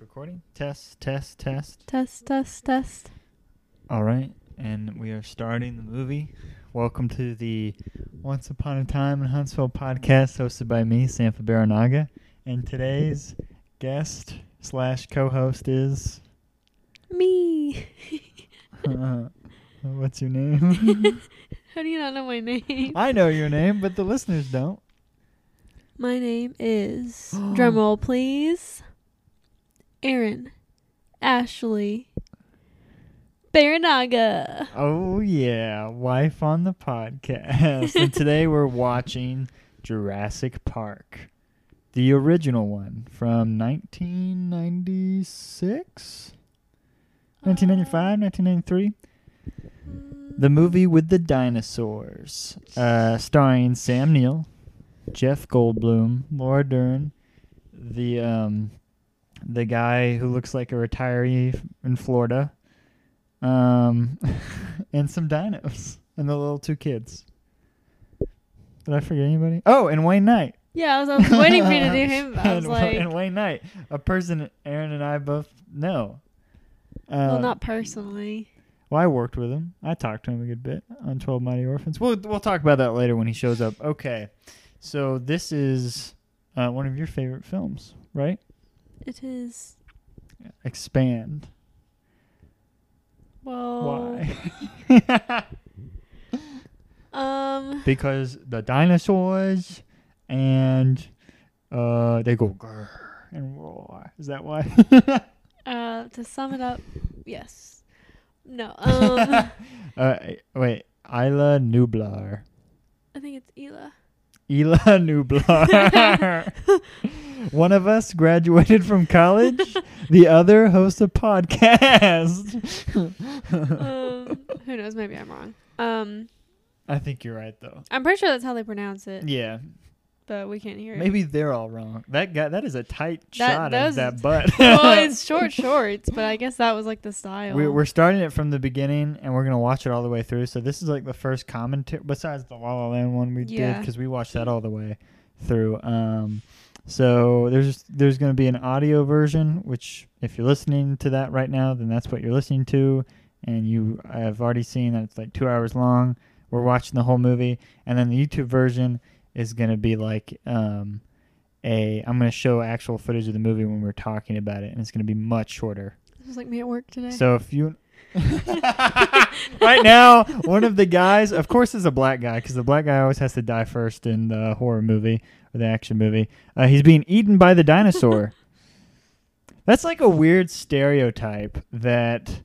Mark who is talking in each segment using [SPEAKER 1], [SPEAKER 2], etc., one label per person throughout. [SPEAKER 1] recording? Test, test, test.
[SPEAKER 2] Test, test, test.
[SPEAKER 1] All right. And we are starting the movie. Welcome to the Once Upon a Time in Huntsville podcast hosted by me, Sam Baranaga. And today's guest slash co host is.
[SPEAKER 2] Me.
[SPEAKER 1] uh, what's your name?
[SPEAKER 2] How do you not know my name?
[SPEAKER 1] I know your name, but the listeners don't.
[SPEAKER 2] my name is drumroll, please. Aaron, Ashley, Baranaga.
[SPEAKER 1] Oh yeah, wife on the podcast. and today we're watching Jurassic Park. The original one from 1996, 1995, 1993. The movie with the dinosaurs, uh, starring Sam Neill, Jeff Goldblum, Laura Dern, the um, the guy who looks like a retiree in Florida, um, and some dinos, and the little two kids. Did I forget anybody? Oh, and Wayne Knight.
[SPEAKER 2] Yeah, I was, I was waiting for you to do him. but I was
[SPEAKER 1] and, Wa- and
[SPEAKER 2] like,
[SPEAKER 1] Wayne Knight, a person Aaron and I both know. Uh,
[SPEAKER 2] well, not personally.
[SPEAKER 1] well, I worked with him. I talked to him a good bit on Twelve Mighty Orphans. We'll we'll talk about that later when he shows up. Okay, so this is uh, one of your favorite films, right?
[SPEAKER 2] It is.
[SPEAKER 1] Expand.
[SPEAKER 2] Well,
[SPEAKER 1] Why?
[SPEAKER 2] Um,
[SPEAKER 1] because the dinosaurs and uh, they go grrr and roar. Is that why?
[SPEAKER 2] uh, to sum it up, yes, no, um,
[SPEAKER 1] uh, wait, Isla Nublar.
[SPEAKER 2] I think it's Ela.
[SPEAKER 1] Ila Nublar. One of us graduated from college. The other hosts a podcast.
[SPEAKER 2] um, who knows? Maybe I'm wrong. Um,
[SPEAKER 1] I think you're right, though.
[SPEAKER 2] I'm pretty sure that's how they pronounce it,
[SPEAKER 1] Yeah,
[SPEAKER 2] but we can't hear it.
[SPEAKER 1] maybe they're all wrong. That guy, that is a tight
[SPEAKER 2] That-
[SPEAKER 1] shot
[SPEAKER 2] that
[SPEAKER 1] of
[SPEAKER 2] was-
[SPEAKER 1] that butt.
[SPEAKER 2] well, it's short shorts, but I guess that was like the style.
[SPEAKER 1] We, we're starting it from the beginning, and we're gonna watch it all the way through. So this is like the first commentary, besides the La La Land one we did 'cause did,
[SPEAKER 2] Yeah.
[SPEAKER 1] because we watched that all the way through. Um, so there's there's gonna be an audio version, which if you're listening to that right now, then that's what you're listening to, and you have already seen that it's like two hours long. We're watching the whole movie, and then the YouTube version is gonna be like um, a I'm gonna show actual footage of the movie when we're talking about it, and it's gonna be much shorter.
[SPEAKER 2] It was like me at work today.
[SPEAKER 1] So if you right now, one of the guys, of course, is a black guy because the black guy always has to die first in the horror movie or the action movie. Uh, he's being eaten by the dinosaur. That's like a weird stereotype that,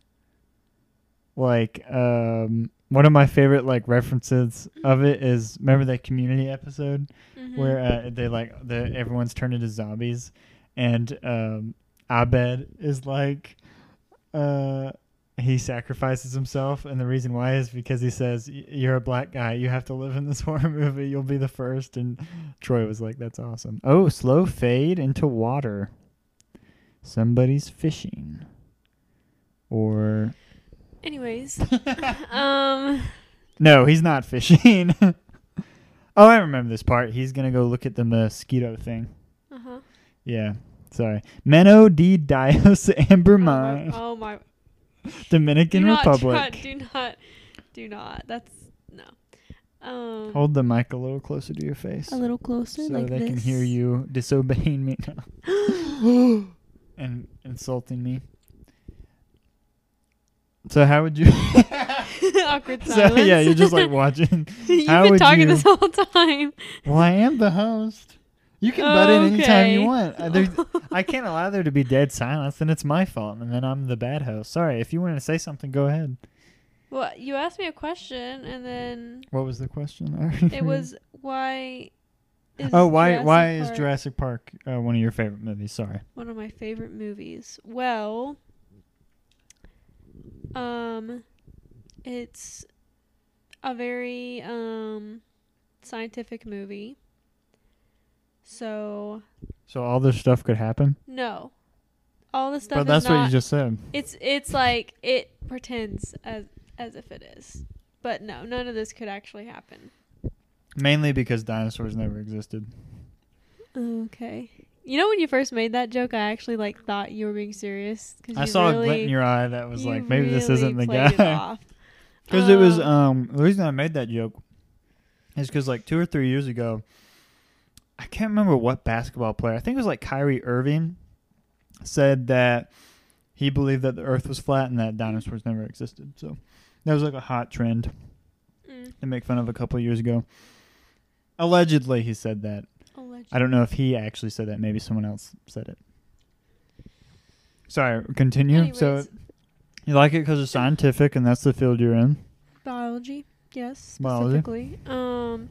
[SPEAKER 1] like, um, one of my favorite like references of it is remember that community episode
[SPEAKER 2] Mhm.
[SPEAKER 1] where uh, they like the everyone's turned into zombies, and um, Abed is like, uh, he sacrifices himself, and the reason why is because he says, "Y- "You're a black guy, you have to live in this horror movie. You'll be the first. And Troy was like, "That's awesome." Oh, slow fade into water. Somebody's fishing, or
[SPEAKER 2] anyways, um,
[SPEAKER 1] no, he's not fishing. oh, I remember this part. He's gonna go look at the mosquito thing.
[SPEAKER 2] uh huh.
[SPEAKER 1] Yeah. Sorry. Meno de Dios Amber
[SPEAKER 2] Oh my,
[SPEAKER 1] Mine,
[SPEAKER 2] oh my
[SPEAKER 1] Dominican
[SPEAKER 2] do not
[SPEAKER 1] Republic.
[SPEAKER 2] try- do not, do not. That's no. Um,
[SPEAKER 1] Hold the mic a little closer to your face.
[SPEAKER 2] a little closer,
[SPEAKER 1] so
[SPEAKER 2] like
[SPEAKER 1] they
[SPEAKER 2] this.
[SPEAKER 1] can hear you disobeying me now and insulting me. So how would you
[SPEAKER 2] Awkward silence.
[SPEAKER 1] So yeah, you're just like watching.
[SPEAKER 2] You've
[SPEAKER 1] how
[SPEAKER 2] been
[SPEAKER 1] would
[SPEAKER 2] talking
[SPEAKER 1] you-
[SPEAKER 2] this whole time.
[SPEAKER 1] Well, I am the host. You can butt in anytime you
[SPEAKER 2] Okay.
[SPEAKER 1] want. Uh, there's- I can't allow there to be dead silence, and it's my fault, and then I'm the bad host. Sorry, if you wanted to say something, go ahead.
[SPEAKER 2] Well, you asked me a question, and then
[SPEAKER 1] What was the question? I already
[SPEAKER 2] it was why. Is
[SPEAKER 1] Oh, why why is
[SPEAKER 2] Park
[SPEAKER 1] Jurassic Park uh, one of your favorite movies? Sorry.
[SPEAKER 2] one of my favorite movies? Well, um, it's a very um scientific movie. So
[SPEAKER 1] So all this stuff could happen,
[SPEAKER 2] no, all the stuff.
[SPEAKER 1] but that's
[SPEAKER 2] is not,
[SPEAKER 1] what you just said.
[SPEAKER 2] It's it's like it pretends as as if it is, but no, none of this could actually happen.
[SPEAKER 1] Mainly because dinosaurs never existed.
[SPEAKER 2] Okay. You know when you first made that joke, I actually like thought you were being serious. 'cause
[SPEAKER 1] I
[SPEAKER 2] you
[SPEAKER 1] saw a glint
[SPEAKER 2] really-
[SPEAKER 1] in your eye that was
[SPEAKER 2] you
[SPEAKER 1] like, maybe this
[SPEAKER 2] really
[SPEAKER 1] isn't the
[SPEAKER 2] played it
[SPEAKER 1] guy.
[SPEAKER 2] off.
[SPEAKER 1] Because it was
[SPEAKER 2] Um,
[SPEAKER 1] um the reason I made that joke is because like two or three years ago, I can't remember what basketball player. I think it was like Kyrie Irving said that he believed that the Earth was flat and that dinosaurs never existed. So that was like a hot trend
[SPEAKER 2] mm,
[SPEAKER 1] to make fun of a couple years ago. Allegedly, he said that.
[SPEAKER 2] alleged.
[SPEAKER 1] I don't know if he actually said that. Maybe someone else said it. Sorry, continue. So
[SPEAKER 2] Anyways,
[SPEAKER 1] you like it because it's scientific and that's the field you're in.
[SPEAKER 2] biology, yes,
[SPEAKER 1] Biology.
[SPEAKER 2] specifically. Um,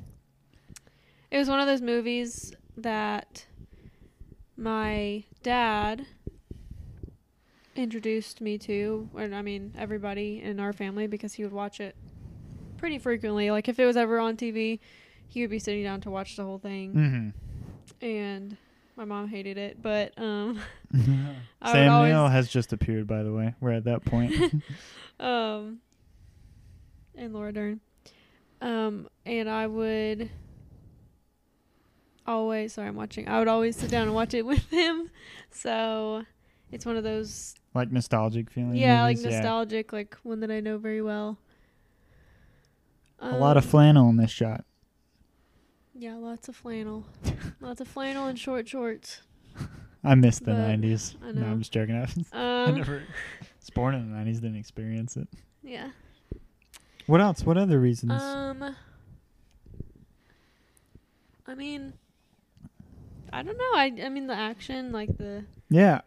[SPEAKER 2] it was one of those movies that my dad introduced me to, or I mean, everybody in our family because he would watch it pretty frequently. Like if it was ever on TV, he would be sitting down to watch the whole thing,
[SPEAKER 1] Mm-hmm.
[SPEAKER 2] and my mom hated it, but um. I would
[SPEAKER 1] Sam
[SPEAKER 2] always-
[SPEAKER 1] Neill has just appeared, by the way. We're at that point.
[SPEAKER 2] um, and Laura Dern. Um, and I would always, sorry, I'm watching. I would always sit down and watch it with him. So it's one of those,
[SPEAKER 1] like nostalgic feeling.
[SPEAKER 2] yeah, like
[SPEAKER 1] movies,
[SPEAKER 2] nostalgic, like one that I know very well.
[SPEAKER 1] A lot of
[SPEAKER 2] Um,
[SPEAKER 1] flannel in this shot.
[SPEAKER 2] Yeah, lots of flannel. lots of flannel and short shorts.
[SPEAKER 1] I miss the
[SPEAKER 2] but
[SPEAKER 1] nineties.
[SPEAKER 2] I
[SPEAKER 1] No,
[SPEAKER 2] know.
[SPEAKER 1] I'm just joking. I, I
[SPEAKER 2] Um,
[SPEAKER 1] never was born in the nineties, didn't experience it.
[SPEAKER 2] yeah.
[SPEAKER 1] What else? What other reasons?
[SPEAKER 2] Um, I mean, I don't know. I, I mean, the action, like the
[SPEAKER 1] yeah.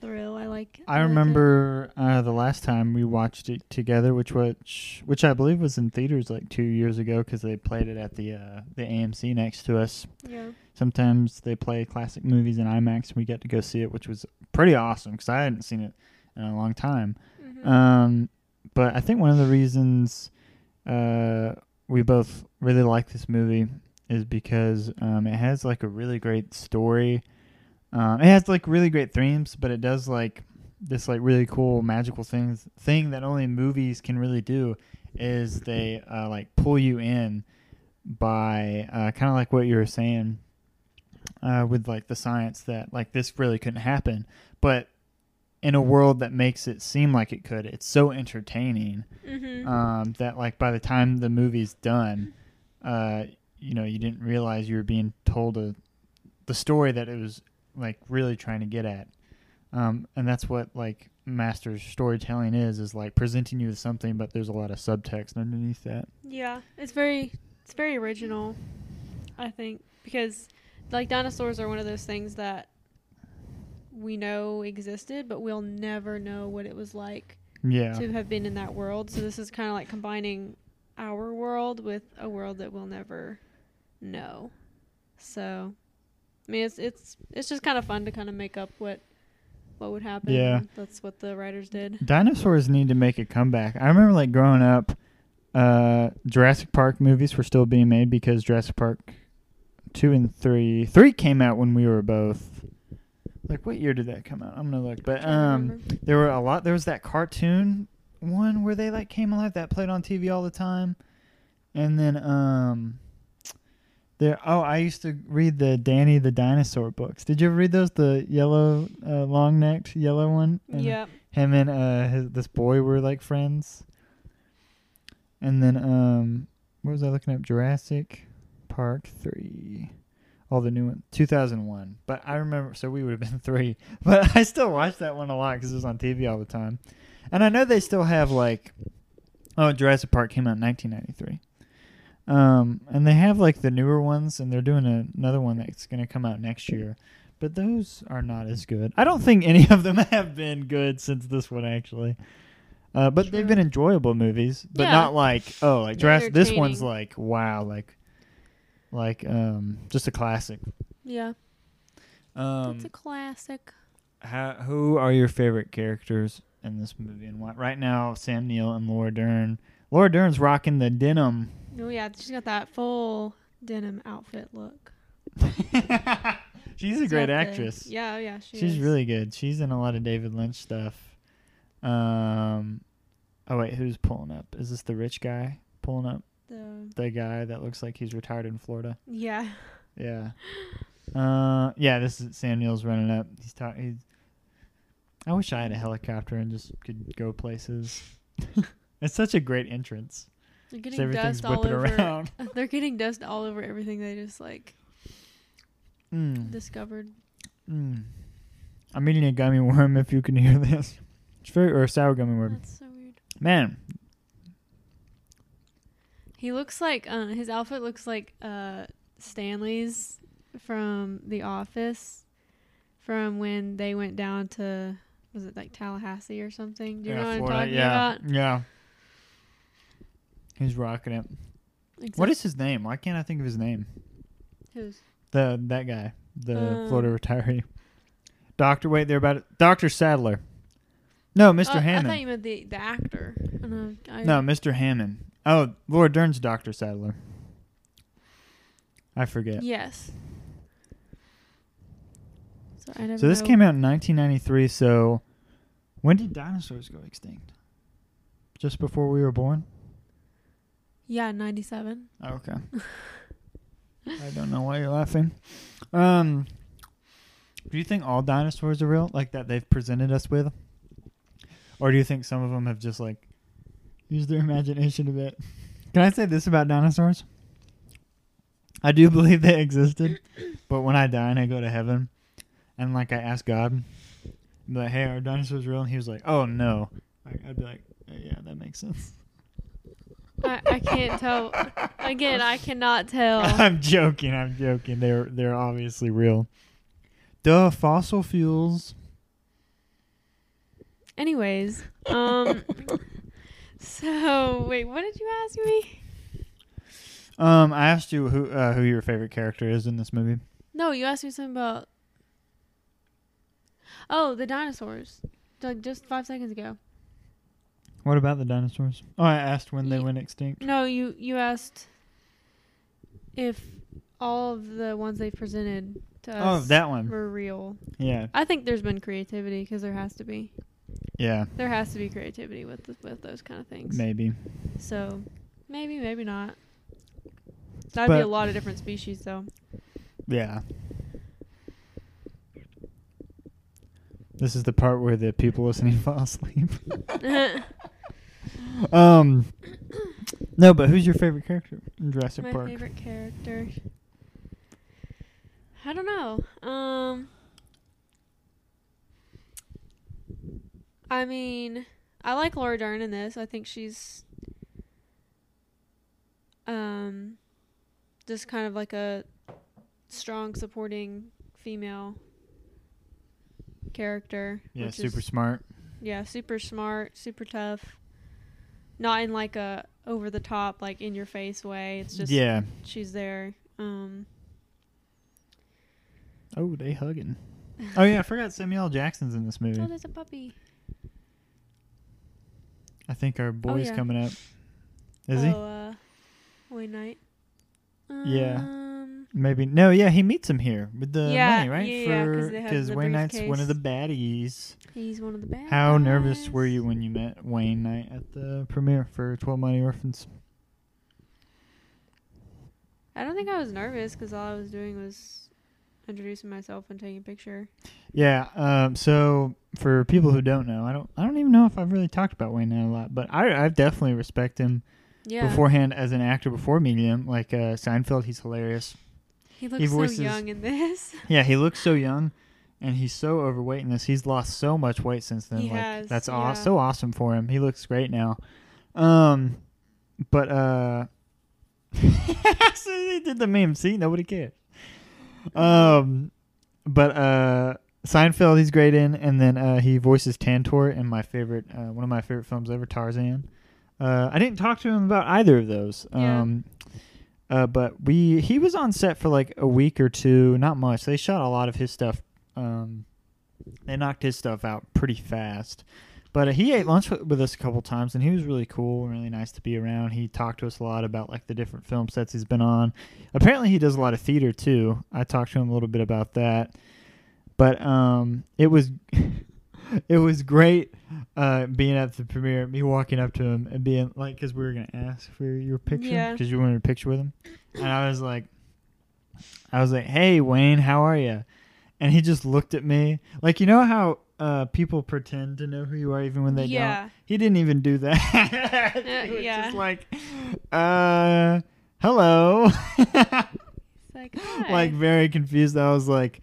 [SPEAKER 2] thrill, I like.
[SPEAKER 1] I
[SPEAKER 2] like it.
[SPEAKER 1] remember uh, the last time we watched it together, which which which I believe was in theaters like two years ago because they played it at the uh, the AMC next to us.
[SPEAKER 2] Yeah.
[SPEAKER 1] Sometimes they play classic movies in IMAX, and we got to go see it, which was pretty awesome because I hadn't seen it in a long time.
[SPEAKER 2] Mhm.
[SPEAKER 1] Um, but I think one of the reasons uh, we both really like this movie is because um, it has like a really great story. Um, it has like really great themes, but it does like this like really cool magical things thing that only movies can really do is they uh, like pull you in by uh, kind of like what you were saying uh, with like the science that like this really couldn't happen, but in a world that makes it seem like it could, it's so entertaining
[SPEAKER 2] Mhm.
[SPEAKER 1] um, that like by the time the movie's done, uh, you know, you didn't realize you were being told a the story that it was like really trying to get at, um, and that's what like master storytelling is is like presenting you with something, but there's a lot of subtext underneath that.
[SPEAKER 2] yeah, it's very, it's very original. I think because, like, dinosaurs are one of those things that we know existed, but we'll never know what it was like
[SPEAKER 1] Yeah,
[SPEAKER 2] to have been in that world. So this is kind of like combining our world with a world that we'll never know. So, I mean, it's it's it's just kind of fun to kind of make up what what would happen.
[SPEAKER 1] Yeah.
[SPEAKER 2] and that's what the writers did.
[SPEAKER 1] dinosaurs need to make a comeback. I remember like growing up, uh, Jurassic Park movies were still being made because Jurassic Park two and three three came out when we were both like what year did that come out? I'm gonna look, but um,
[SPEAKER 2] Remember?
[SPEAKER 1] there were a lot. There was that cartoon one where they like came alive that played on TV all the time, and then um. There, oh, I used to read the Danny the Dinosaur books. Did you ever read those? The yellow, uh, long necked yellow one? And
[SPEAKER 2] yeah,
[SPEAKER 1] him and uh his, this boy were like friends. And then um what was I looking up? Jurassic Park 3. All the new one 2001. But I remember so we would have been 3. But I still watched that one a lot cuz it was on TV all the time. And I know they still have like oh Jurassic Park came out in 1993. Um and they have like the newer ones and they're doing a, another one that's going to come out next year. But those are not as good. I don't think any of them have been good since this one actually. Uh, but they've
[SPEAKER 2] True.
[SPEAKER 1] been enjoyable movies, but
[SPEAKER 2] Yeah.
[SPEAKER 1] not like oh, like Jurassic. This
[SPEAKER 2] Entertaining.
[SPEAKER 1] one's like wow, like like um, just a classic.
[SPEAKER 2] yeah, it's
[SPEAKER 1] Um,
[SPEAKER 2] a classic.
[SPEAKER 1] how, who are your favorite characters in this movie and why? Right now, Sam Neill and Laura Dern. Laura Dern's rocking the denim.
[SPEAKER 2] Oh yeah, she's got that full denim outfit look.
[SPEAKER 1] She's a
[SPEAKER 2] It's
[SPEAKER 1] great
[SPEAKER 2] got the-
[SPEAKER 1] actress.
[SPEAKER 2] yeah, oh, yeah, she
[SPEAKER 1] She's
[SPEAKER 2] is.
[SPEAKER 1] really good. She's in a lot of David Lynch stuff. Um, oh wait, who's pulling up? Is this the rich guy pulling up?
[SPEAKER 2] The,
[SPEAKER 1] The guy that looks like he's retired in Florida.
[SPEAKER 2] yeah,
[SPEAKER 1] Yeah. Uh, yeah, this is Sam Neill's running up. He's talking. He's, I wish I had a helicopter and just could go places. it's such a great entrance.
[SPEAKER 2] They're
[SPEAKER 1] 'cause
[SPEAKER 2] getting
[SPEAKER 1] everything's
[SPEAKER 2] dust all
[SPEAKER 1] whipping
[SPEAKER 2] over.
[SPEAKER 1] around.
[SPEAKER 2] They're getting dust all over everything they just like
[SPEAKER 1] Mm,
[SPEAKER 2] discovered.
[SPEAKER 1] mm. I'm eating a gummy worm. If you can hear this, it's very or a sour gummy worm.
[SPEAKER 2] That's so weird.
[SPEAKER 1] Man,
[SPEAKER 2] He looks like uh, his outfit looks like uh, Stanley's from The Office, from when they went down to was it like Tallahassee or something? Do you
[SPEAKER 1] Yeah,
[SPEAKER 2] know what
[SPEAKER 1] Florida,
[SPEAKER 2] I'm talking
[SPEAKER 1] yeah,
[SPEAKER 2] about?
[SPEAKER 1] Yeah. He's rocking it. What is his name? Why can't I think of his name?
[SPEAKER 2] Who's?
[SPEAKER 1] The that guy, the
[SPEAKER 2] Uh,
[SPEAKER 1] Florida retiree. Doctor, wait, they're about Doctor Sadler. No, Mr.
[SPEAKER 2] Oh, I thought
[SPEAKER 1] Hammond.
[SPEAKER 2] you meant the the actor. And I- I-
[SPEAKER 1] No, Mr. Hammond. Oh, Laura Dern's Doctor Sadler. I forget.
[SPEAKER 2] Yes. So I never.
[SPEAKER 1] so this
[SPEAKER 2] know.
[SPEAKER 1] came out in 1993. So when did dinosaurs go extinct? Just before we were born.
[SPEAKER 2] Yeah, ninety-seven.
[SPEAKER 1] Oh, Okay. I don't know why you're laughing. Um, do you think all dinosaurs are real, like that they've presented us with, or do you think some of them have just like used their imagination a bit? Can I say this about dinosaurs? I do believe they existed, but when I die and I go to heaven, and like I ask God, I'm like, "Hey, are dinosaurs real?" and He was like, "Oh no," like, I'd be like, "Uh, "Yeah, that makes sense."
[SPEAKER 2] I, I can't tell. Again, I cannot
[SPEAKER 1] Oh.
[SPEAKER 2] tell.
[SPEAKER 1] I'm joking. I'm joking. They're they're obviously real. Duh, fossil fuels.
[SPEAKER 2] Anyways, um, so wait, what did you ask me?
[SPEAKER 1] Um, I asked you who uh, who your favorite character is in this movie.
[SPEAKER 2] No, you asked me something about. Oh, the dinosaurs. Like just five seconds ago.
[SPEAKER 1] What about the dinosaurs? Oh, I asked when they
[SPEAKER 2] Ye-
[SPEAKER 1] went extinct.
[SPEAKER 2] No, you you asked if all of the ones they presented to
[SPEAKER 1] Oh,
[SPEAKER 2] us
[SPEAKER 1] that one.
[SPEAKER 2] were real.
[SPEAKER 1] Yeah,
[SPEAKER 2] I think there's been creativity because there has to be.
[SPEAKER 1] yeah,
[SPEAKER 2] There has to be creativity with th- with those kind of things.
[SPEAKER 1] maybe.
[SPEAKER 2] So maybe, maybe not. That'd be
[SPEAKER 1] But-
[SPEAKER 2] a lot of different species, though.
[SPEAKER 1] Yeah. This is the part where the people listening fall asleep. um, no, but who's your favorite character in Jurassic
[SPEAKER 2] My
[SPEAKER 1] Park?
[SPEAKER 2] favorite character. I don't know. Um. I mean, I like Laura Dern in this. I think she's. Um, just kind of like a strong supporting female character.
[SPEAKER 1] Yeah,
[SPEAKER 2] which
[SPEAKER 1] super
[SPEAKER 2] is-
[SPEAKER 1] smart.
[SPEAKER 2] yeah, super smart, super tough. Not in like a over the top, like in your face way. It's just
[SPEAKER 1] yeah.
[SPEAKER 2] she's there. Um
[SPEAKER 1] Oh, they hugging. Oh yeah, I forgot Samuel L. Jackson's in this movie.
[SPEAKER 2] Oh, there's a puppy.
[SPEAKER 1] I think our boy's
[SPEAKER 2] yeah.
[SPEAKER 1] coming up. Is
[SPEAKER 2] oh,
[SPEAKER 1] he?
[SPEAKER 2] uh Wayne Knight.
[SPEAKER 1] Yeah.
[SPEAKER 2] Um,
[SPEAKER 1] Maybe no. Yeah, he meets him here with the
[SPEAKER 2] Yeah,
[SPEAKER 1] money, right?
[SPEAKER 2] yeah, yeah, 'cause they have
[SPEAKER 1] because
[SPEAKER 2] the
[SPEAKER 1] Wayne Knight's one of
[SPEAKER 2] briefcase.
[SPEAKER 1] the baddies.
[SPEAKER 2] he's one of the bad
[SPEAKER 1] How nervous
[SPEAKER 2] guys.
[SPEAKER 1] were you when you met Wayne Knight at the premiere for Twelve Money Orphans?
[SPEAKER 2] I don't think I was nervous because all I was doing was introducing myself and taking a picture.
[SPEAKER 1] Yeah. Um. So for people who don't know, I don't. I don't even know if I've really talked about Wayne Knight a lot, but I I definitely respect him
[SPEAKER 2] Yeah.
[SPEAKER 1] beforehand as an actor before meeting him. Like uh, Seinfeld, he's hilarious.
[SPEAKER 2] he looks so
[SPEAKER 1] voices-
[SPEAKER 2] young in this.
[SPEAKER 1] Yeah, he looks so young, and he's so overweight in this. He's lost so much weight since then.
[SPEAKER 2] He
[SPEAKER 1] like
[SPEAKER 2] has,
[SPEAKER 1] that's aw-
[SPEAKER 2] yeah.
[SPEAKER 1] so awesome for him. He looks great now. Um, but uh, so they did the meme. See, nobody cared. Um, but uh, Seinfeld he's great in, and then uh, he voices Tantor in my favorite, uh, one of my favorite films ever, Tarzan. Uh, I didn't talk to him about either of those.
[SPEAKER 2] Yeah.
[SPEAKER 1] Um, uh, but we he was on set for like a week or two, not much. They shot a lot of his stuff. Um, they knocked his stuff out pretty fast. But uh, he ate lunch with, with us a couple times, and he was really cool and really nice to be around. He talked to us a lot about like the different film sets he's been on. Apparently, he does a lot of theater too. I talked to him a little bit about that. But um, it was it was great uh, being at the premiere, me walking up to him and being like, because we were gonna ask for your picture
[SPEAKER 2] Yeah.
[SPEAKER 1] because you wanted a picture with him, and I was like, I was like, "Hey, Wayne, how are you?" And he just looked at me like, you know how uh, people pretend to know who you are even when they
[SPEAKER 2] Yeah.
[SPEAKER 1] don't. He didn't even do that. He was
[SPEAKER 2] Uh, yeah.
[SPEAKER 1] Just like, uh, hello.
[SPEAKER 2] It's like, hi.
[SPEAKER 1] like very confused. I was like,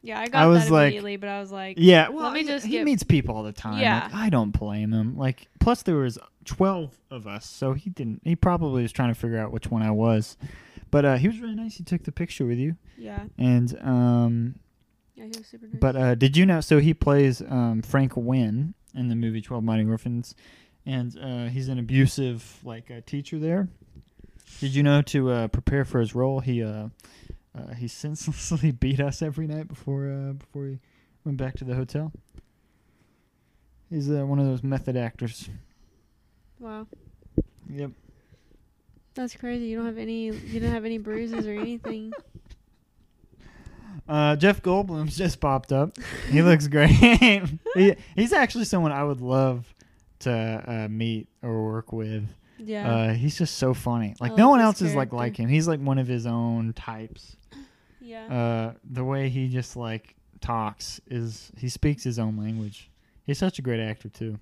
[SPEAKER 2] yeah, I got
[SPEAKER 1] was
[SPEAKER 2] that
[SPEAKER 1] like-
[SPEAKER 2] immediately, but I was like,
[SPEAKER 1] yeah. Well,
[SPEAKER 2] me
[SPEAKER 1] he-
[SPEAKER 2] just
[SPEAKER 1] he
[SPEAKER 2] get-
[SPEAKER 1] meets people all the time. Like,
[SPEAKER 2] Yeah.
[SPEAKER 1] I don't blame him. Like, plus there was twelve of us, so he didn't. He probably was trying to figure out which one I was. But uh, he was really nice. He took the picture with you,
[SPEAKER 2] yeah,
[SPEAKER 1] and um,
[SPEAKER 2] yeah, he was super nice.
[SPEAKER 1] But uh, did you know? So he plays um, Frank Wynn in the movie Twelve Mighty Orphans, and uh, he's an abusive like uh, teacher there. Did you know to uh, prepare for his role, he uh, uh, he senselessly beat us every night before uh, before he went back to the hotel. He's uh, one of those method actors.
[SPEAKER 2] wow,
[SPEAKER 1] Yep.
[SPEAKER 2] that's crazy. You don't have any, you didn't have any bruises or anything.
[SPEAKER 1] Uh, Jeff Goldblum's just popped up. He looks great. he, he's actually someone I would love to uh, meet or work with.
[SPEAKER 2] Yeah,
[SPEAKER 1] Uh, he's just so funny. Like
[SPEAKER 2] I
[SPEAKER 1] no
[SPEAKER 2] like
[SPEAKER 1] one
[SPEAKER 2] his
[SPEAKER 1] else is like
[SPEAKER 2] character.
[SPEAKER 1] like him. He's like one of his own types.
[SPEAKER 2] yeah,
[SPEAKER 1] Uh, the way he just like talks is he speaks his own language. He's such a great actor too.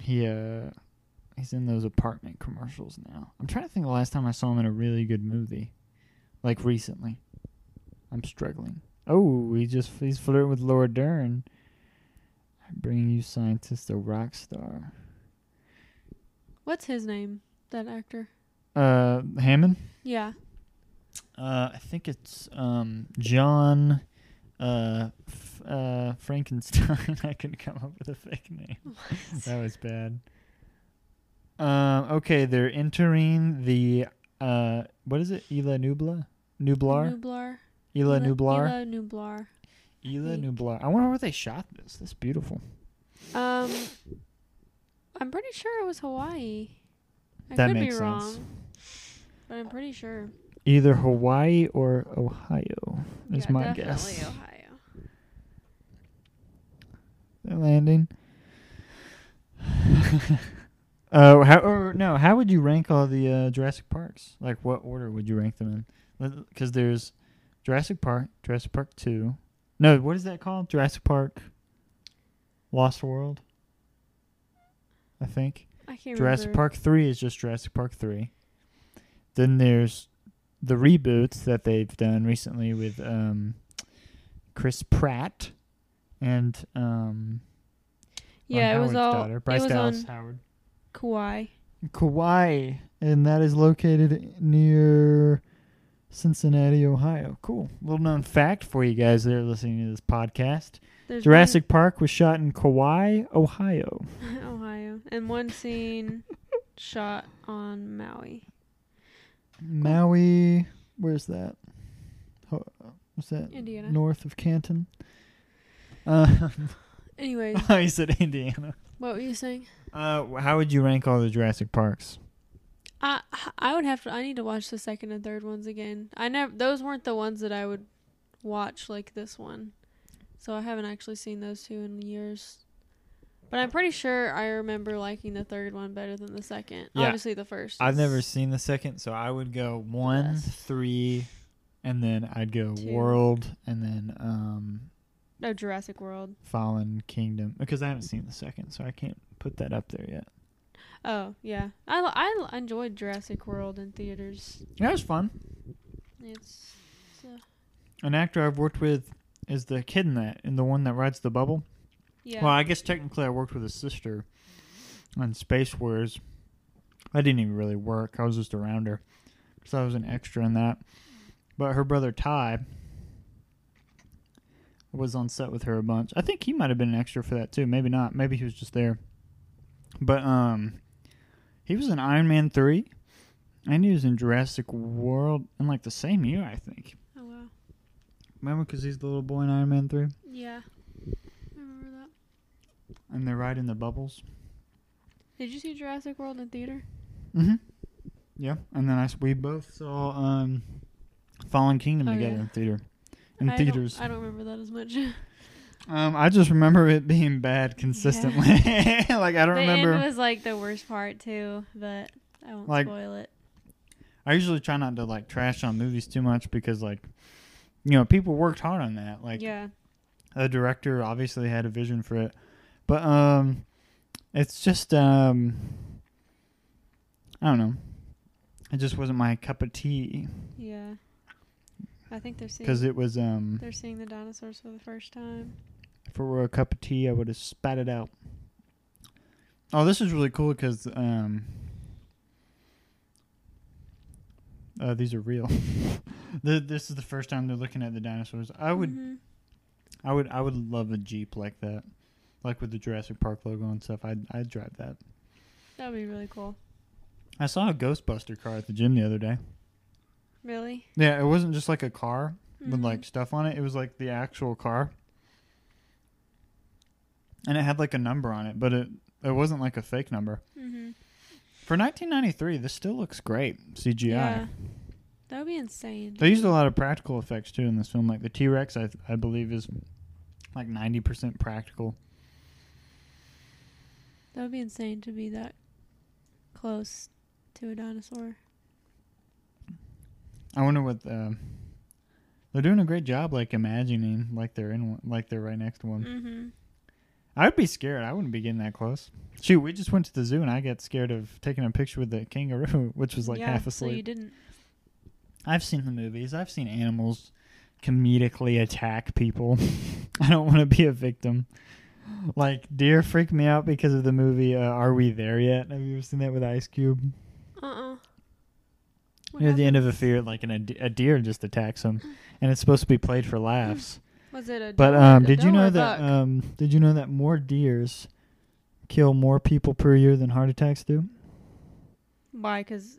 [SPEAKER 1] He uh, he's in those apartment commercials now. I'm trying to think the last time I saw him in a really good movie, like recently. I'm struggling. Oh, he just he's flirting with Laura Dern. I bring you scientist, a rock star.
[SPEAKER 2] what's his name? That actor?
[SPEAKER 1] Uh, Hammond.
[SPEAKER 2] Yeah,
[SPEAKER 1] Uh, I think it's um, John uh, f- uh, Frankenstein. I couldn't come up with a fake name. that was bad. Um, okay, they're entering the uh, what is it? Ila Nubla, Nublar,
[SPEAKER 2] Nublar.
[SPEAKER 1] Ila Nublar,
[SPEAKER 2] Ela Nublar.
[SPEAKER 1] Ila Nublar. I wonder where they shot this. This is beautiful.
[SPEAKER 2] Um, I'm pretty sure it was Hawaii. I
[SPEAKER 1] That
[SPEAKER 2] could
[SPEAKER 1] makes
[SPEAKER 2] be
[SPEAKER 1] sense.
[SPEAKER 2] wrong, but I'm pretty sure.
[SPEAKER 1] Either Hawaii or Ohio is
[SPEAKER 2] yeah,
[SPEAKER 1] my
[SPEAKER 2] definitely
[SPEAKER 1] guess.
[SPEAKER 2] Ohio.
[SPEAKER 1] They're landing. Oh, how or no? How would you rank all the uh, Jurassic Parks? Like, what order would you rank them in? Because there's Jurassic Park, Jurassic Park Two. No, what is that called? Jurassic Park, Lost World. I think
[SPEAKER 2] I can't
[SPEAKER 1] Jurassic
[SPEAKER 2] remember.
[SPEAKER 1] Park Three is just Jurassic Park Three. Then there's the reboots that they've done recently with um, Chris Pratt and um, Ron
[SPEAKER 2] Yeah, it was
[SPEAKER 1] Howard's
[SPEAKER 2] all.
[SPEAKER 1] daughter, Bryce
[SPEAKER 2] it was
[SPEAKER 1] Dallas
[SPEAKER 2] on
[SPEAKER 1] Howard.
[SPEAKER 2] Kauai.
[SPEAKER 1] Kauai, and that is located near Cincinnati, Ohio. Cool. Little known fact for you guys that are listening to this podcast:
[SPEAKER 2] There's one-
[SPEAKER 1] Jurassic Park was shot in Kauai, Ohio.
[SPEAKER 2] Ohio, and one scene shot on Maui.
[SPEAKER 1] Maui, where's that? Ho- What's that?
[SPEAKER 2] Indiana.
[SPEAKER 1] North of Canton. Uh,
[SPEAKER 2] Anyways,
[SPEAKER 1] I said Indiana.
[SPEAKER 2] what were you saying?
[SPEAKER 1] Uh, how would you rank all the Jurassic Parks?
[SPEAKER 2] I I would have to. I need to watch the second and third ones again. I never. Those weren't the ones that I would watch like this one. So I haven't actually seen those two in years. But I'm pretty sure I remember liking the third one better than the second.
[SPEAKER 1] Yeah.
[SPEAKER 2] Obviously, the first.
[SPEAKER 1] I've
[SPEAKER 2] is-
[SPEAKER 1] never seen the second, so I would go one,
[SPEAKER 2] best.
[SPEAKER 1] three, and then I'd go
[SPEAKER 2] Two.
[SPEAKER 1] World, and then um,
[SPEAKER 2] No Jurassic World.
[SPEAKER 1] Fallen Kingdom, because I haven't seen the second, so I can't put that up there yet.
[SPEAKER 2] Oh yeah, I li- I li- enjoyed Jurassic World in theaters.
[SPEAKER 1] That was fun.
[SPEAKER 2] It's, uh, it's a-
[SPEAKER 1] An actor I've worked with is the kid in that, in the one that rides the bubble.
[SPEAKER 2] yeah.
[SPEAKER 1] Well, I guess technically I worked with his sister on Space Wars. I didn't even really work. I was just around her because I was an extra in that. But her brother Ty was on set with her a bunch. I think he might have been an extra for that too. Maybe not. Maybe he was just there. But um, he was in Iron Man three, and he was in Jurassic World in like the same year, I think.
[SPEAKER 2] oh wow.
[SPEAKER 1] Remember, because he's the little boy in Iron Man three,
[SPEAKER 2] Yeah. I remember that.
[SPEAKER 1] and they're riding the bubbles.
[SPEAKER 2] Did you see Jurassic World in theater?
[SPEAKER 1] Mm-hmm. Yeah, and then I s- we both saw um, Fallen Kingdom
[SPEAKER 2] Oh,
[SPEAKER 1] together
[SPEAKER 2] yeah.
[SPEAKER 1] in theater, in
[SPEAKER 2] I don't-
[SPEAKER 1] theaters.
[SPEAKER 2] I don't remember that as much.
[SPEAKER 1] um, I just remember it being bad consistently. like I don't
[SPEAKER 2] the
[SPEAKER 1] remember.
[SPEAKER 2] end was like the worst part too, but I won't
[SPEAKER 1] Like-
[SPEAKER 2] spoil it.
[SPEAKER 1] I usually try not to like trash on movies too much because like you know people worked hard on that. Like
[SPEAKER 2] yeah.
[SPEAKER 1] a director obviously had a vision for it, but um, it's just um, I don't know. It just wasn't my cup of tea
[SPEAKER 2] Yeah. I think they're seeing
[SPEAKER 1] because it was um.
[SPEAKER 2] they're seeing the dinosaurs for the first time.
[SPEAKER 1] If it were a cup of tea, I would have spat it out. Oh, this is really cool because um, uh, these are real. the, this is the first time they're looking at the dinosaurs. I would,
[SPEAKER 2] Mhm.
[SPEAKER 1] I would, I would love a jeep like that, like with the Jurassic Park logo and stuff. I'd, I'd drive that.
[SPEAKER 2] That would be really cool.
[SPEAKER 1] I saw a Ghostbuster car at the gym the other day.
[SPEAKER 2] Really?
[SPEAKER 1] Yeah, it wasn't just like a car with
[SPEAKER 2] Mhm.
[SPEAKER 1] like stuff on it. It was like the actual car, and it had like a number on it, but it it wasn't like a fake number.
[SPEAKER 2] Mhm.
[SPEAKER 1] For 1993, this still looks great CGI.
[SPEAKER 2] Yeah. That would be insane.
[SPEAKER 1] They used a lot of practical effects too in this film. Like the T Rex, I I believe is like 90% practical.
[SPEAKER 2] That would be insane to be that close to a dinosaur.
[SPEAKER 1] I wonder what um they're doing a great job like imagining like they're in one, like they're right next to one.
[SPEAKER 2] Mhm.
[SPEAKER 1] I'd be scared. I wouldn't be getting that close. Shoot, we just went to the zoo and I got scared of taking a picture with the kangaroo, which was like
[SPEAKER 2] yeah,
[SPEAKER 1] half
[SPEAKER 2] So you
[SPEAKER 1] asleep.
[SPEAKER 2] didn't.
[SPEAKER 1] I've seen the movies. I've seen animals comedically attack people. I don't want to be a victim. Like deer freaked me out because of the movie uh, Are We There Yet? Have you ever seen that with Ice Cube?
[SPEAKER 2] Uh-uh. What
[SPEAKER 1] Near the end
[SPEAKER 2] happened?
[SPEAKER 1] of a fear, like an, a deer just attacks him, and it's supposed to be played for laughs.
[SPEAKER 2] Was it a
[SPEAKER 1] But
[SPEAKER 2] doe or-
[SPEAKER 1] um,
[SPEAKER 2] a
[SPEAKER 1] did you
[SPEAKER 2] doe or
[SPEAKER 1] know
[SPEAKER 2] a
[SPEAKER 1] that
[SPEAKER 2] buck?
[SPEAKER 1] um, did you know that more deers kill more people per year than heart attacks do?
[SPEAKER 2] Why? Because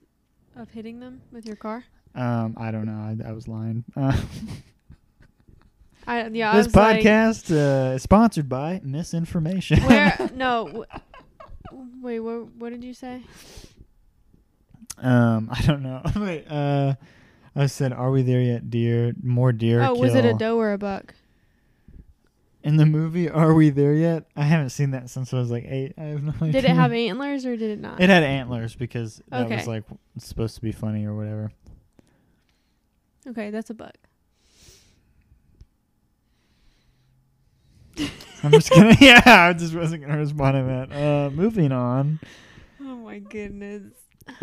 [SPEAKER 2] of hitting them with your car?
[SPEAKER 1] Um, I don't know. I, I was lying. Uh,
[SPEAKER 2] I yeah.
[SPEAKER 1] this
[SPEAKER 2] I was
[SPEAKER 1] podcast uh, is sponsored by misinformation.
[SPEAKER 2] Like, where? No. W- wait. What? What did you say?
[SPEAKER 1] um, I don't know. Wait, uh, I said, are we there yet, deer? More deer.
[SPEAKER 2] oh, was it a
[SPEAKER 1] kill.
[SPEAKER 2] doe or a buck?
[SPEAKER 1] in the movie? Are we there yet? I haven't seen that since I was like eight. I have no idea.
[SPEAKER 2] Did it have antlers or did it not?
[SPEAKER 1] It had antlers because that was
[SPEAKER 2] Okay.
[SPEAKER 1] like supposed to be funny or whatever.
[SPEAKER 2] okay, that's a buck.
[SPEAKER 1] I'm just gonna yeah, I just wasn't gonna respond to that. Uh moving on.
[SPEAKER 2] Oh my goodness.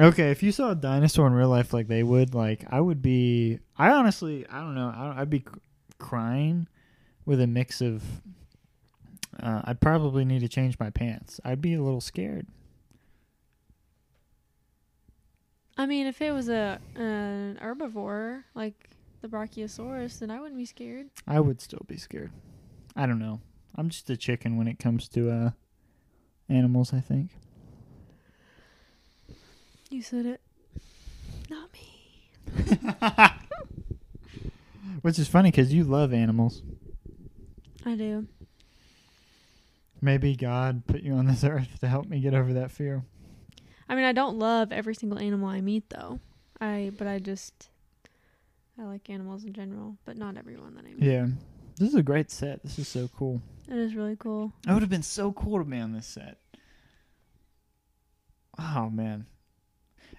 [SPEAKER 1] Okay, if you saw a dinosaur in real life like they would, like I would be I honestly I don't know, I don't, I'd be c- crying with a mix of uh, I'd probably need to change my pants. I'd be a little scared.
[SPEAKER 2] I mean, if it was a an herbivore like the Brachiosaurus, then I wouldn't be scared.
[SPEAKER 1] I would still be scared. I don't know. I'm just a chicken when it comes to uh animals, I think.
[SPEAKER 2] You said it. Not me.
[SPEAKER 1] Which is funny cuz you love animals.
[SPEAKER 2] I do.
[SPEAKER 1] Maybe God put you on this earth to help me get over that fear.
[SPEAKER 2] I mean, I don't love every single animal I meet, though. I but I just I like animals in general, but not everyone that I meet.
[SPEAKER 1] Yeah. This is a great set. This is so cool.
[SPEAKER 2] It is really cool.
[SPEAKER 1] It would have been so cool to be on this set. Oh man.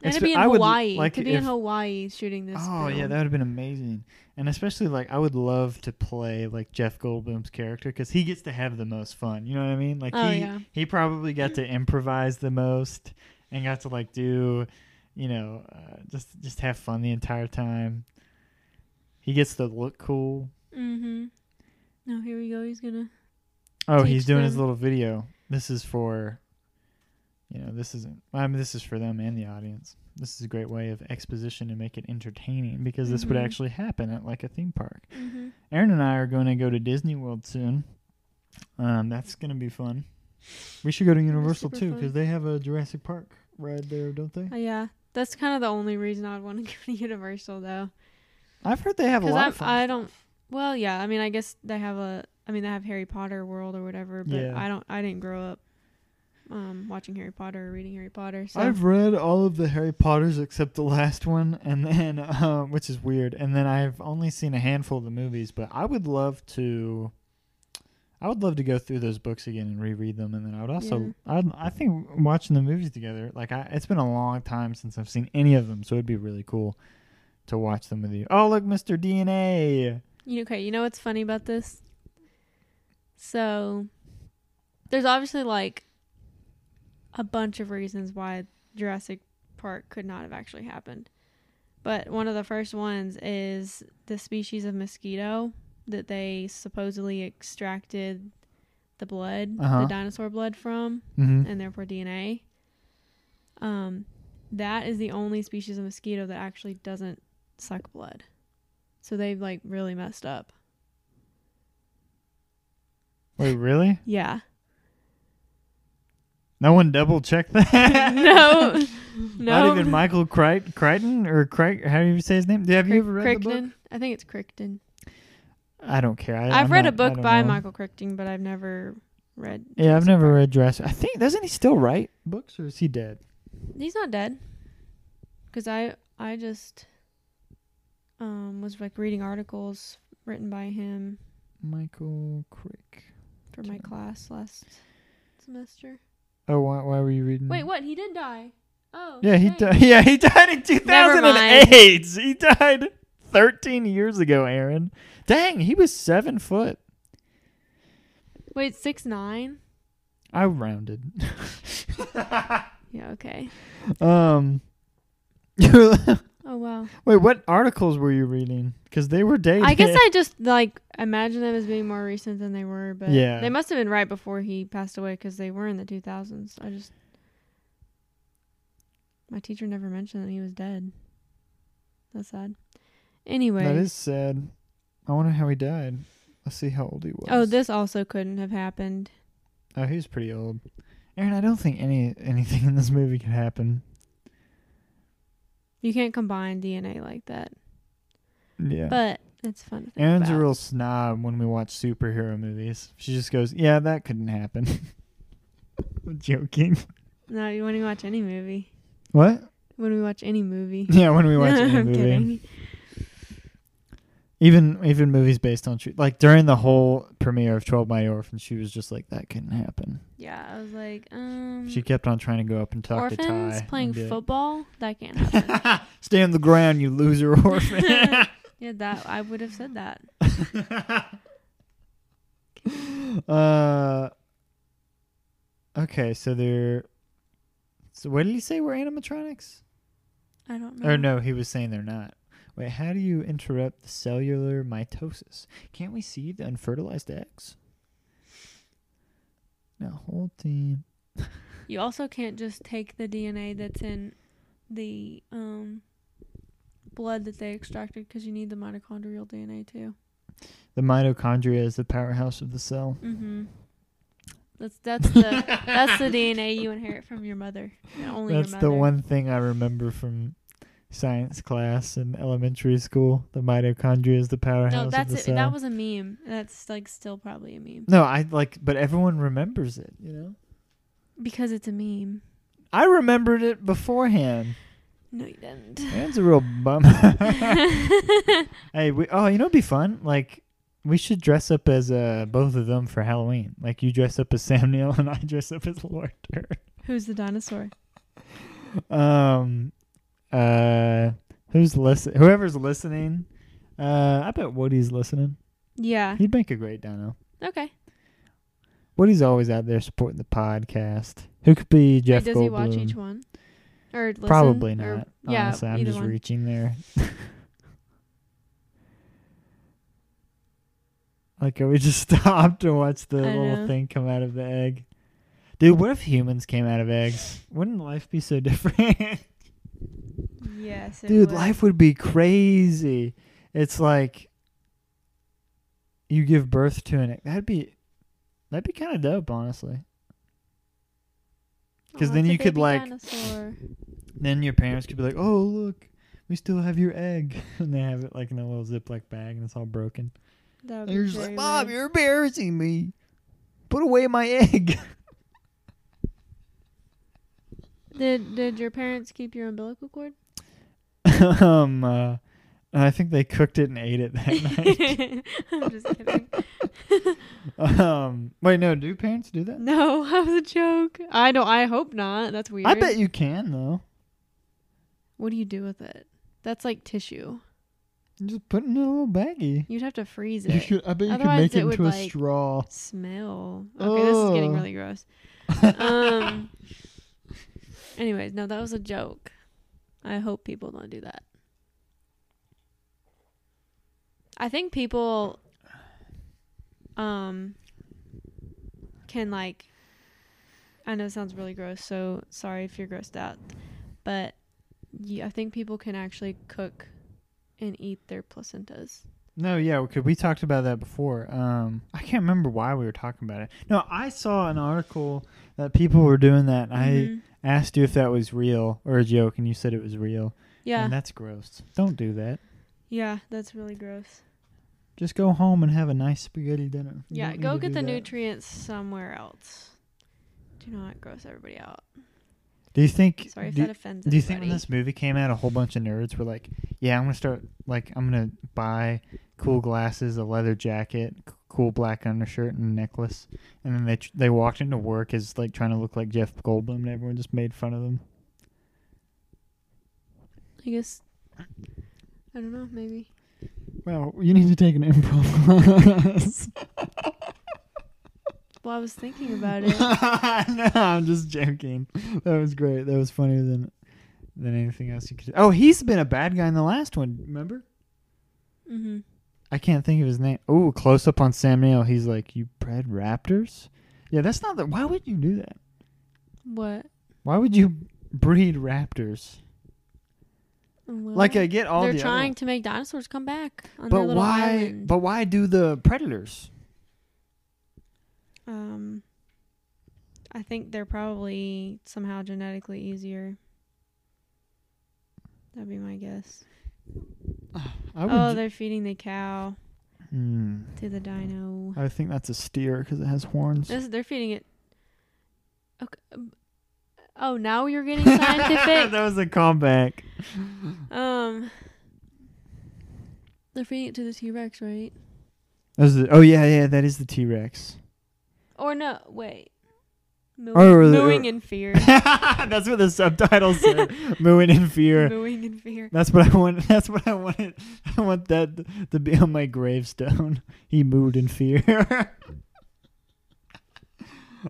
[SPEAKER 2] And
[SPEAKER 1] It's-
[SPEAKER 2] it'd be in
[SPEAKER 1] I would
[SPEAKER 2] Hawaii.
[SPEAKER 1] like
[SPEAKER 2] it could be in
[SPEAKER 1] if-
[SPEAKER 2] Hawaii shooting this.
[SPEAKER 1] Oh yeah,
[SPEAKER 2] film.
[SPEAKER 1] that would have been amazing. And especially like I would love to play like Jeff Goldblum's character cuz he gets to have the most fun. You know what I mean? Like
[SPEAKER 2] Oh,
[SPEAKER 1] he
[SPEAKER 2] yeah.
[SPEAKER 1] he probably got to improvise the most and got to like do, you know, uh, just just have fun the entire time. He gets to look cool.
[SPEAKER 2] Mm-hmm. No, here we go. He's gonna.
[SPEAKER 1] Oh,
[SPEAKER 2] teach
[SPEAKER 1] he's doing his
[SPEAKER 2] them.
[SPEAKER 1] little video. This is for, you know, this isn't. I mean, this is for them and the audience. This is a great way of exposition to make it entertaining because this would
[SPEAKER 2] Mhm.
[SPEAKER 1] actually happen at like a theme park.
[SPEAKER 2] Mm-hmm.
[SPEAKER 1] Aaron and I are going to go to Disney World soon. Um, that's gonna be fun. We should go to Universal
[SPEAKER 2] super
[SPEAKER 1] too
[SPEAKER 2] fun.
[SPEAKER 1] because they have a Jurassic Park ride there, don't they?
[SPEAKER 2] Uh, yeah, that's kind of the only reason I'd want to go to Universal though,
[SPEAKER 1] I've heard they have a
[SPEAKER 2] because
[SPEAKER 1] lot
[SPEAKER 2] I
[SPEAKER 1] of fun.
[SPEAKER 2] I don't. Well, yeah, I mean, I guess they have a. I mean, they have Harry Potter World or whatever, but
[SPEAKER 1] Yeah.
[SPEAKER 2] I don't. I didn't grow up um watching Harry Potter or reading Harry Potter. So
[SPEAKER 1] I've read all of the Harry Potters except the last one, and then uh, which is weird. And then I've only seen a handful of the movies, but I would love to. I would love to go through those books again and reread them, and then I would also,
[SPEAKER 2] Yeah.
[SPEAKER 1] I'd, I think watching the movies together, like I, it's been a long time since I've seen any of them, so it'd be really cool to watch them with you. Oh, look, Mister DNA.
[SPEAKER 2] You okay? You know what's funny about this? So, there's obviously like a bunch of reasons why Jurassic Park could not have actually happened, but one of the first ones is the species of mosquito that they supposedly extracted the blood,
[SPEAKER 1] Uh-huh.
[SPEAKER 2] the dinosaur blood from,
[SPEAKER 1] Mm-hmm.
[SPEAKER 2] and therefore DNA. Um, that is the only species of mosquito that actually doesn't suck blood. So they've like really messed up.
[SPEAKER 1] Wait, really?
[SPEAKER 2] Yeah.
[SPEAKER 1] No one double checked that.
[SPEAKER 2] no. No.
[SPEAKER 1] Not even Michael Crichton, Crichton or Crichton. How do you say his name? Have you ever read the book?
[SPEAKER 2] Crichton. I think it's Crichton.
[SPEAKER 1] I don't care. I,
[SPEAKER 2] I've
[SPEAKER 1] I'm
[SPEAKER 2] read
[SPEAKER 1] not-
[SPEAKER 2] a
[SPEAKER 1] I
[SPEAKER 2] book
[SPEAKER 1] don't
[SPEAKER 2] by
[SPEAKER 1] know.
[SPEAKER 2] Michael Crichton, but I've never read.
[SPEAKER 1] Yeah, I've
[SPEAKER 2] Jurassic
[SPEAKER 1] never
[SPEAKER 2] Park.
[SPEAKER 1] read Jurassic. I think doesn't he still write books or is he dead?
[SPEAKER 2] He's not dead. Cuz I I just um was like reading articles written by him
[SPEAKER 1] Michael Crick.
[SPEAKER 2] for my
[SPEAKER 1] Sure.
[SPEAKER 2] class last semester.
[SPEAKER 1] Oh, why, why were you reading?
[SPEAKER 2] Wait, what? He did die. Oh.
[SPEAKER 1] Yeah, he
[SPEAKER 2] dang.
[SPEAKER 1] died. Yeah, he died in
[SPEAKER 2] Never mind.
[SPEAKER 1] 2008. He died 13 years ago, Aaron. Dang, he was seven foot.
[SPEAKER 2] Wait, six nine?
[SPEAKER 1] I rounded.
[SPEAKER 2] Yeah, okay.
[SPEAKER 1] um.
[SPEAKER 2] Oh wow.
[SPEAKER 1] Wait, what articles were you reading? Because they were dated.
[SPEAKER 2] I guess I just like imagine them as being more recent than they were, but
[SPEAKER 1] Yeah.
[SPEAKER 2] they must have been right before he passed away because they were in the 2000s. I just my teacher never mentioned that he was dead. That's sad. Anyway,
[SPEAKER 1] That is sad. I wonder how he died. Let's see how old he was.
[SPEAKER 2] oh, this also couldn't have happened.
[SPEAKER 1] Oh, he was pretty old. Aaron, I don't think any anything in this movie could happen.
[SPEAKER 2] You can't combine DNA like that,
[SPEAKER 1] Yeah.
[SPEAKER 2] but it's fun. To think
[SPEAKER 1] Erin's a
[SPEAKER 2] about.
[SPEAKER 1] real snob when we watch superhero movies. She just goes, "Yeah, that couldn't happen." I'm joking.
[SPEAKER 2] No, you when we watch any movie,
[SPEAKER 1] What?
[SPEAKER 2] when we watch any movie,
[SPEAKER 1] Yeah, when we watch any
[SPEAKER 2] I'm
[SPEAKER 1] movie,
[SPEAKER 2] kidding.
[SPEAKER 1] even even movies based on true, like during the whole premiere of Twelve Mighty Orphans, she was just like, "That couldn't happen."
[SPEAKER 2] Yeah, I was like, um,
[SPEAKER 1] She kept on trying to go up and talk to Ty.
[SPEAKER 2] orphans
[SPEAKER 1] and
[SPEAKER 2] playing
[SPEAKER 1] be like,
[SPEAKER 2] football that can't happen.
[SPEAKER 1] Stay on the ground, you loser orphan.
[SPEAKER 2] yeah, that I would have said that.
[SPEAKER 1] uh, okay, so they're. So what did he say? We're animatronics?
[SPEAKER 2] I don't know.
[SPEAKER 1] Or no, he was saying they're not. Wait, how do you interrupt the cellular mitosis? Can't we see the unfertilized eggs? Now, whole team.
[SPEAKER 2] You also can't just take the DNA that's in the um blood that they extracted because you need the mitochondrial DNA too.
[SPEAKER 1] The mitochondria is the powerhouse of the cell.
[SPEAKER 2] Mm-hmm. That's that's the that's the DNA you inherit from your mother. and Only
[SPEAKER 1] That's
[SPEAKER 2] your mother.
[SPEAKER 1] the one thing I remember from science class in elementary school. The mitochondria is the powerhouse
[SPEAKER 2] No, that's
[SPEAKER 1] of the
[SPEAKER 2] it.
[SPEAKER 1] cell.
[SPEAKER 2] That was a meme. That's like still probably a meme
[SPEAKER 1] No, I like, but everyone remembers it, you know?
[SPEAKER 2] because it's a meme.
[SPEAKER 1] I remembered it beforehand.
[SPEAKER 2] No, you didn't.
[SPEAKER 1] That's a real bum. hey, we, oh, you know, it'd be fun. Like, we should dress up as uh, both of them for Halloween. Like, you dress up as Sam Neill and I dress up as Lord Dern.
[SPEAKER 2] Who's the dinosaur?
[SPEAKER 1] Um, uh, who's listen? Whoever's listening, uh, I bet Woody's listening.
[SPEAKER 2] Yeah.
[SPEAKER 1] He'd make a great dino.
[SPEAKER 2] Okay.
[SPEAKER 1] Woody's always out there supporting the podcast. Who could be Jeff
[SPEAKER 2] Wait, does
[SPEAKER 1] Goldblum?
[SPEAKER 2] he watch each one? Or listen?
[SPEAKER 1] Probably
[SPEAKER 2] Or-
[SPEAKER 1] not.
[SPEAKER 2] yeah,
[SPEAKER 1] honestly, I'm
[SPEAKER 2] either
[SPEAKER 1] just
[SPEAKER 2] one.
[SPEAKER 1] reaching there. like, we just stopped to watch the
[SPEAKER 2] I
[SPEAKER 1] little
[SPEAKER 2] know.
[SPEAKER 1] thing come out of the egg. Dude, what if humans came out of eggs? Wouldn't life be so different?
[SPEAKER 2] Yes. it
[SPEAKER 1] Dude,
[SPEAKER 2] would.
[SPEAKER 1] life would be crazy. It's like you give birth to an egg. That'd be that'd be kind of dope, honestly.
[SPEAKER 2] Oh,
[SPEAKER 1] 'cause then
[SPEAKER 2] it's a
[SPEAKER 1] you could,
[SPEAKER 2] baby
[SPEAKER 1] like-
[SPEAKER 2] dinosaur.
[SPEAKER 1] Then your parents could be like, "Oh, look, we still have your egg," and they have it like in a little Ziploc bag, and it's all broken.
[SPEAKER 2] That would
[SPEAKER 1] And
[SPEAKER 2] be
[SPEAKER 1] you're just like,
[SPEAKER 2] very
[SPEAKER 1] "Mom,
[SPEAKER 2] weird.
[SPEAKER 1] you're embarrassing me. Put away my egg."
[SPEAKER 2] Did did your parents keep your umbilical cord?
[SPEAKER 1] um, uh, I think they cooked it and ate it that night.
[SPEAKER 2] I'm just kidding.
[SPEAKER 1] um, wait, no, do parents do that?
[SPEAKER 2] No, that was a joke. I don't. I hope not. That's weird.
[SPEAKER 1] I bet you can though.
[SPEAKER 2] What do you do with it? That's like tissue.
[SPEAKER 1] You Just put it in a little baggie.
[SPEAKER 2] You'd have to freeze
[SPEAKER 1] You
[SPEAKER 2] it.
[SPEAKER 1] could. I bet you could
[SPEAKER 2] Otherwise it
[SPEAKER 1] make it into
[SPEAKER 2] would,
[SPEAKER 1] a
[SPEAKER 2] like-
[SPEAKER 1] straw.
[SPEAKER 2] Smell. Okay, this is getting
[SPEAKER 1] Oh.
[SPEAKER 2] really gross. Um. anyways, no, that was a joke. I hope people don't do that. I think people um can like I know it sounds really gross, so sorry if you're grossed out, but you, I think people can actually cook and eat their placentas.
[SPEAKER 1] No, yeah, because we talked about that before. Um, I can't remember why we were talking about it. No, I saw an article that people were doing that. and I
[SPEAKER 2] Mhm.
[SPEAKER 1] asked you if that was real or a joke, and you said it was real.
[SPEAKER 2] yeah,
[SPEAKER 1] and that's gross. Don't do that.
[SPEAKER 2] yeah, that's really gross.
[SPEAKER 1] Just go home and have a nice spaghetti dinner. You
[SPEAKER 2] Yeah,
[SPEAKER 1] don't need
[SPEAKER 2] go
[SPEAKER 1] to
[SPEAKER 2] get
[SPEAKER 1] do
[SPEAKER 2] the
[SPEAKER 1] that.
[SPEAKER 2] nutrients somewhere else. Do not gross everybody out.
[SPEAKER 1] Do you think?
[SPEAKER 2] Sorry if
[SPEAKER 1] do,
[SPEAKER 2] that offends
[SPEAKER 1] do you think when
[SPEAKER 2] anybody.
[SPEAKER 1] this movie came out, a whole bunch of nerds were like, "Yeah, I'm gonna start like I'm gonna buy cool glasses, a leather jacket, c- cool black undershirt, and a necklace," and then they tr- they walked into work as like trying to look like Jeff Goldblum, and everyone just made fun of them.
[SPEAKER 2] I guess I don't know. Maybe
[SPEAKER 1] Well, you need to take an improv class.
[SPEAKER 2] Well, I was thinking about it.
[SPEAKER 1] no, I'm just joking. That was great. That was funnier than than anything else you could. Oh, he's been a bad guy in the last one. Remember?
[SPEAKER 2] hmm
[SPEAKER 1] I can't think of his name. Oh, close up on Sam Neill. He's like, "You bred raptors?" Yeah, that's not the. Why would you do that?
[SPEAKER 2] What?
[SPEAKER 1] Why would you breed raptors?
[SPEAKER 2] Well,
[SPEAKER 1] Like I get all
[SPEAKER 2] they're
[SPEAKER 1] the other
[SPEAKER 2] trying
[SPEAKER 1] ones.
[SPEAKER 2] to make dinosaurs come back on their
[SPEAKER 1] but
[SPEAKER 2] little
[SPEAKER 1] why?
[SPEAKER 2] island.
[SPEAKER 1] But why do the predators?
[SPEAKER 2] um, I think they're probably somehow genetically easier. That'd be my guess.
[SPEAKER 1] I would.
[SPEAKER 2] Oh,
[SPEAKER 1] ju-
[SPEAKER 2] they're feeding the cow
[SPEAKER 1] Hmm.
[SPEAKER 2] to the dino.
[SPEAKER 1] I think that's a steer because it has horns.
[SPEAKER 2] This, they're feeding it. Okay. um, Oh, now you're getting scientific.
[SPEAKER 1] that was a comeback.
[SPEAKER 2] um, they're feeding it to the T Rex, right?
[SPEAKER 1] That was the, oh yeah, yeah, that is the T Rex.
[SPEAKER 2] Or no? Wait. Mooing,
[SPEAKER 1] Or- or-
[SPEAKER 2] mooing in fear.
[SPEAKER 1] that's what the subtitle said. Mooing in fear.
[SPEAKER 2] mooing in fear.
[SPEAKER 1] That's what I want. That's what I wanted. I want that to be on my gravestone. He mooed in fear.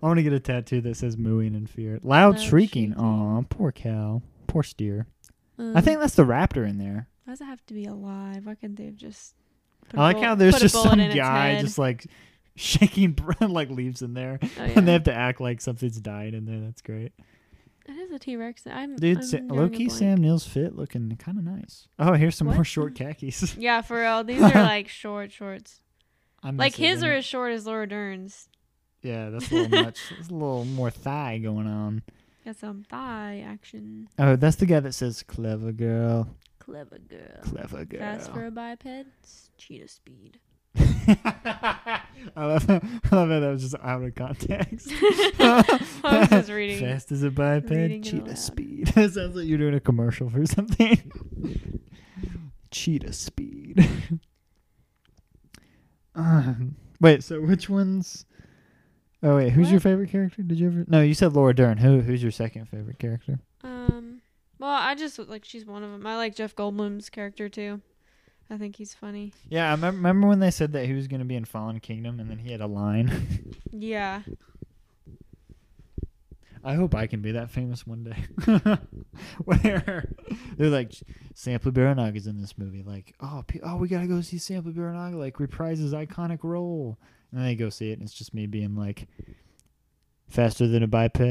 [SPEAKER 1] I want to get a tattoo that says "mooing in fear." Loud,
[SPEAKER 2] Loud
[SPEAKER 1] shrieking.
[SPEAKER 2] shrieking.
[SPEAKER 1] Aw, poor cow. Poor steer. I think
[SPEAKER 2] Um,
[SPEAKER 1] that's the raptor in there.
[SPEAKER 2] Why does it have to be alive? Why couldn't they have just? put a
[SPEAKER 1] I like
[SPEAKER 2] bull-
[SPEAKER 1] how there's
[SPEAKER 2] put a
[SPEAKER 1] just
[SPEAKER 2] bullet
[SPEAKER 1] some
[SPEAKER 2] in its
[SPEAKER 1] guy
[SPEAKER 2] head?
[SPEAKER 1] just like shaking br- like leaves in there,
[SPEAKER 2] Oh,
[SPEAKER 1] and they
[SPEAKER 2] yeah.
[SPEAKER 1] have to act like something's dying in there. That's great,
[SPEAKER 2] It is a T Rex. I'm
[SPEAKER 1] dude.
[SPEAKER 2] I'm
[SPEAKER 1] Sa-
[SPEAKER 2] drawing a
[SPEAKER 1] low key,
[SPEAKER 2] blank.
[SPEAKER 1] Sam Neill's fit, looking kind of nice. Oh, here's some
[SPEAKER 2] What?
[SPEAKER 1] more short khakis.
[SPEAKER 2] Yeah, for real. These are like short shorts.
[SPEAKER 1] I'm
[SPEAKER 2] Like
[SPEAKER 1] missing
[SPEAKER 2] his
[SPEAKER 1] them.
[SPEAKER 2] are as short as Laura Dern's.
[SPEAKER 1] Yeah, that's a little much. There's a little more thigh going on.
[SPEAKER 2] Got some thigh action.
[SPEAKER 1] Oh, that's the guy that says clever girl,
[SPEAKER 2] Clever girl.
[SPEAKER 1] clever girl.
[SPEAKER 2] Fast for a biped. s- Cheetah speed.
[SPEAKER 1] I love how, I love how that was just out of context.
[SPEAKER 2] I was just reading.
[SPEAKER 1] Fast as a biped,
[SPEAKER 2] reading it
[SPEAKER 1] cheetah
[SPEAKER 2] aloud.
[SPEAKER 1] speed. it sounds like you're doing a commercial for something. cheetah speed. um, wait, so which ones? Oh wait, who's your
[SPEAKER 2] What?
[SPEAKER 1] favorite character? Did you ever? No, you said Laura Dern. Who? Who's your second favorite character?
[SPEAKER 2] Um. Well, I just like she's one of them. I like Jeff Goldblum's character too. I think he's funny.
[SPEAKER 1] Yeah, I remem- remember when they said that he was going to be in Fallen Kingdom and then he had a line.
[SPEAKER 2] Yeah.
[SPEAKER 1] I hope I can be that famous one day. Where they're like, Sample Baranaga's in this movie. Like, oh, pe- oh, we got to go see Sample Baranaga. Like, reprise his iconic role. And they go see it, and it's just me being like, faster than a biped,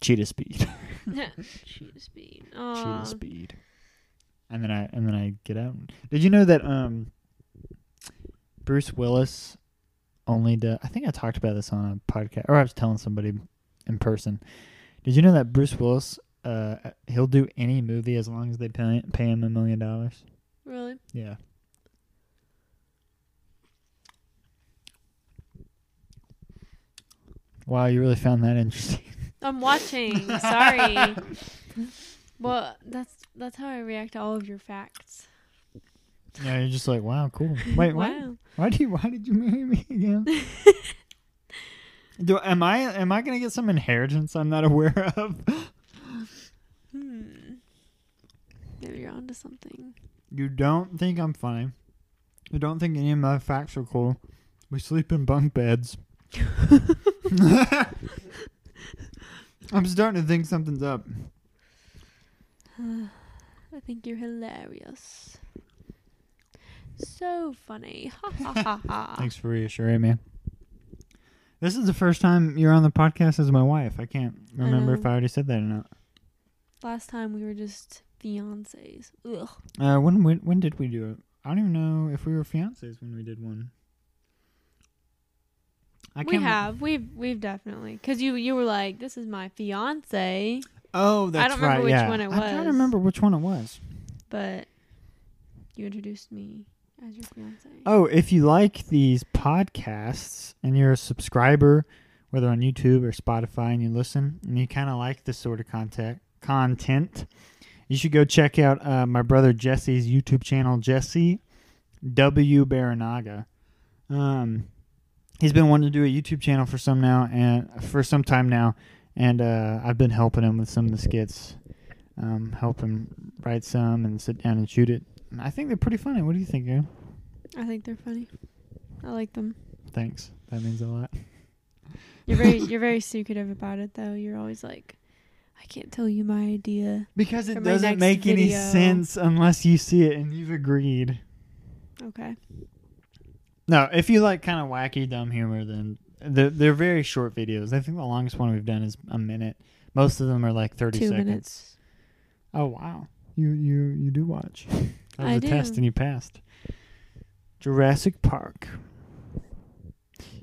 [SPEAKER 1] cheetah speed,
[SPEAKER 2] cheetah speed.
[SPEAKER 1] cheetah
[SPEAKER 2] Oh.
[SPEAKER 1] speed. And then I and then I get out. Did you know that um, Bruce Willis only does. I think I talked about this on a podcast, or I was telling somebody in person. Did you know that Bruce Willis, uh, he'll do any movie as long as they pay, pay him a million dollars?
[SPEAKER 2] Really?
[SPEAKER 1] Yeah. Wow, you really found that interesting.
[SPEAKER 2] I'm watching. Sorry. Well, that's that's how I react to all of your facts.
[SPEAKER 1] Yeah, you're just like, wow, cool. Wait, what?
[SPEAKER 2] wow.
[SPEAKER 1] Why do you, why did you marry me again? do am I am I gonna get some inheritance I'm not aware of?
[SPEAKER 2] Hmm. Maybe you're onto something.
[SPEAKER 1] You don't think I'm funny. You don't think any of my facts are cool. We sleep in bunk beds. I'm starting to think something's up.
[SPEAKER 2] Uh, I think you're hilarious. So funny. Ha ha ha ha.
[SPEAKER 1] Thanks for reassuring me. This is the first time you're on the podcast as my wife. I can't
[SPEAKER 2] I
[SPEAKER 1] remember
[SPEAKER 2] know.
[SPEAKER 1] if I already said that or not.
[SPEAKER 2] Last time we were just fiancés. Ugh.
[SPEAKER 1] Uh, when, when when did we do it? I don't even know if we were fiancés when we did one. I
[SPEAKER 2] we
[SPEAKER 1] re-
[SPEAKER 2] have. We've we've definitely because you you were like, this is my fiance,
[SPEAKER 1] Oh, that's
[SPEAKER 2] don't
[SPEAKER 1] right.
[SPEAKER 2] remember which
[SPEAKER 1] yeah.
[SPEAKER 2] one it
[SPEAKER 1] I
[SPEAKER 2] was.
[SPEAKER 1] can't remember which one it was.
[SPEAKER 2] but you introduced me as your fiance.
[SPEAKER 1] Oh, if you like these podcasts and you're a subscriber, whether on YouTube or Spotify, and you listen and you kind of like this sort of content, content, you should go check out uh, my brother Jesse's YouTube channel, Jesse W Baranaga. Um, he's been wanting to do a YouTube channel for some now and for some time now, and uh, I've been helping him with some of the skits, um, help him write some and sit down and shoot it. And I think they're pretty funny. What do you think, Aaron?
[SPEAKER 2] I think they're funny. I like them.
[SPEAKER 1] Thanks. That means a lot.
[SPEAKER 2] You're very you're very secretive about it though. You're always like, I can't tell you my idea.
[SPEAKER 1] Because
[SPEAKER 2] For
[SPEAKER 1] it
[SPEAKER 2] my
[SPEAKER 1] doesn't
[SPEAKER 2] next
[SPEAKER 1] make any
[SPEAKER 2] video.
[SPEAKER 1] sense unless you see it and you've agreed.
[SPEAKER 2] Okay.
[SPEAKER 1] No, if you like kind of wacky, dumb humor, then they're, they're very short videos. I think the longest one we've done is a minute. Most of them are like 30
[SPEAKER 2] Two
[SPEAKER 1] seconds.
[SPEAKER 2] minutes.
[SPEAKER 1] Oh, wow. You, you, you do watch. That was
[SPEAKER 2] I
[SPEAKER 1] a test
[SPEAKER 2] do.
[SPEAKER 1] and you passed. Jurassic Park.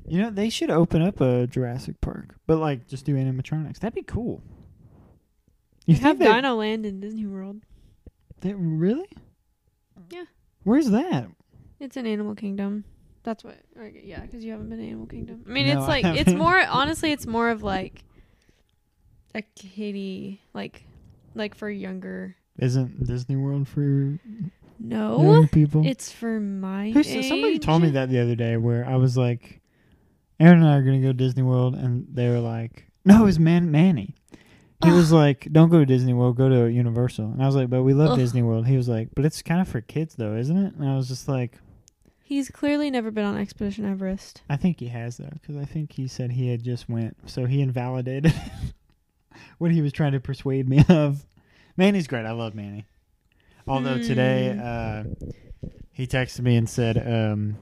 [SPEAKER 1] You know, they should open up a Jurassic Park, but like just do animatronics. That'd be cool. You
[SPEAKER 2] You have
[SPEAKER 1] they-
[SPEAKER 2] Dino Land in Disney World.
[SPEAKER 1] That really?
[SPEAKER 2] Yeah.
[SPEAKER 1] Where's that?
[SPEAKER 2] It's an Animal Kingdom. That's what. Or, yeah, because you haven't been to Animal Kingdom. I mean,
[SPEAKER 1] No,
[SPEAKER 2] it's
[SPEAKER 1] I
[SPEAKER 2] like it's
[SPEAKER 1] haven't.
[SPEAKER 2] more. Honestly, it's more of like a kiddie, like like for younger.
[SPEAKER 1] Isn't Disney World for
[SPEAKER 2] No,
[SPEAKER 1] young people?
[SPEAKER 2] Oh, it's for my.
[SPEAKER 1] Mm-hmm. Who said- somebody told me
[SPEAKER 2] age.
[SPEAKER 1] that the other day where I was like, Aaron and I are gonna go to Disney World, and they were like, No, it was Man Manny. He was like, Don't go to Disney World, go to Universal. And I was like, But we love
[SPEAKER 2] Ugh.
[SPEAKER 1] Disney World. He was like, But it's kind of for kids though, isn't it? And I was just like,
[SPEAKER 2] He's clearly never been on Expedition Everest.
[SPEAKER 1] I think he has though, because I think he said he had just went, so he invalidated what he was trying to persuade me of. Manny's great. I love Manny. Although today,
[SPEAKER 2] Hmm.
[SPEAKER 1] uh, he texted me and said um,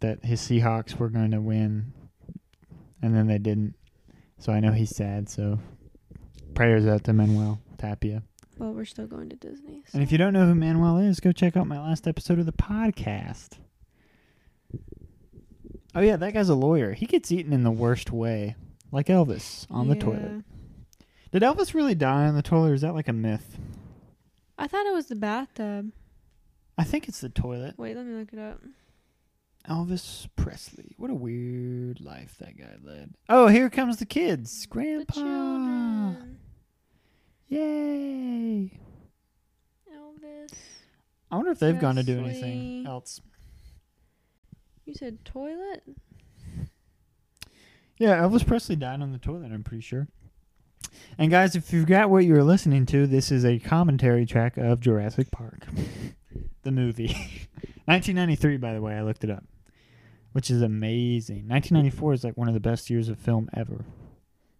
[SPEAKER 1] that his Seahawks were going to win, and then they didn't. So I know he's sad. So prayers out to Manuel Tapia.
[SPEAKER 2] Well, we're still going to Disney.
[SPEAKER 1] And if you don't know who Manuel is, go check out my last episode of the podcast. Oh yeah, that guy's a lawyer. He gets eaten in the worst way, like Elvis on the toilet. Did Elvis really die on the toilet, or is that like a myth?
[SPEAKER 2] I thought it was the bathtub.
[SPEAKER 1] I think it's the toilet.
[SPEAKER 2] Wait, let me look it up.
[SPEAKER 1] Elvis Presley. What a weird life that guy led. Oh, here comes the kids.
[SPEAKER 2] The
[SPEAKER 1] Grandpa.
[SPEAKER 2] children.
[SPEAKER 1] Yay.
[SPEAKER 2] Elvis.
[SPEAKER 1] I wonder if they've gone to do anything
[SPEAKER 2] Presley.
[SPEAKER 1] else.
[SPEAKER 2] You said toilet.
[SPEAKER 1] Yeah, Elvis Presley died on the toilet, I'm pretty sure. And guys, if you forgot what you were listening to, this is a commentary track of Jurassic Park, the movie. 1993, by the way, I looked it up, which is amazing. 1994 is like one of the best years of film ever.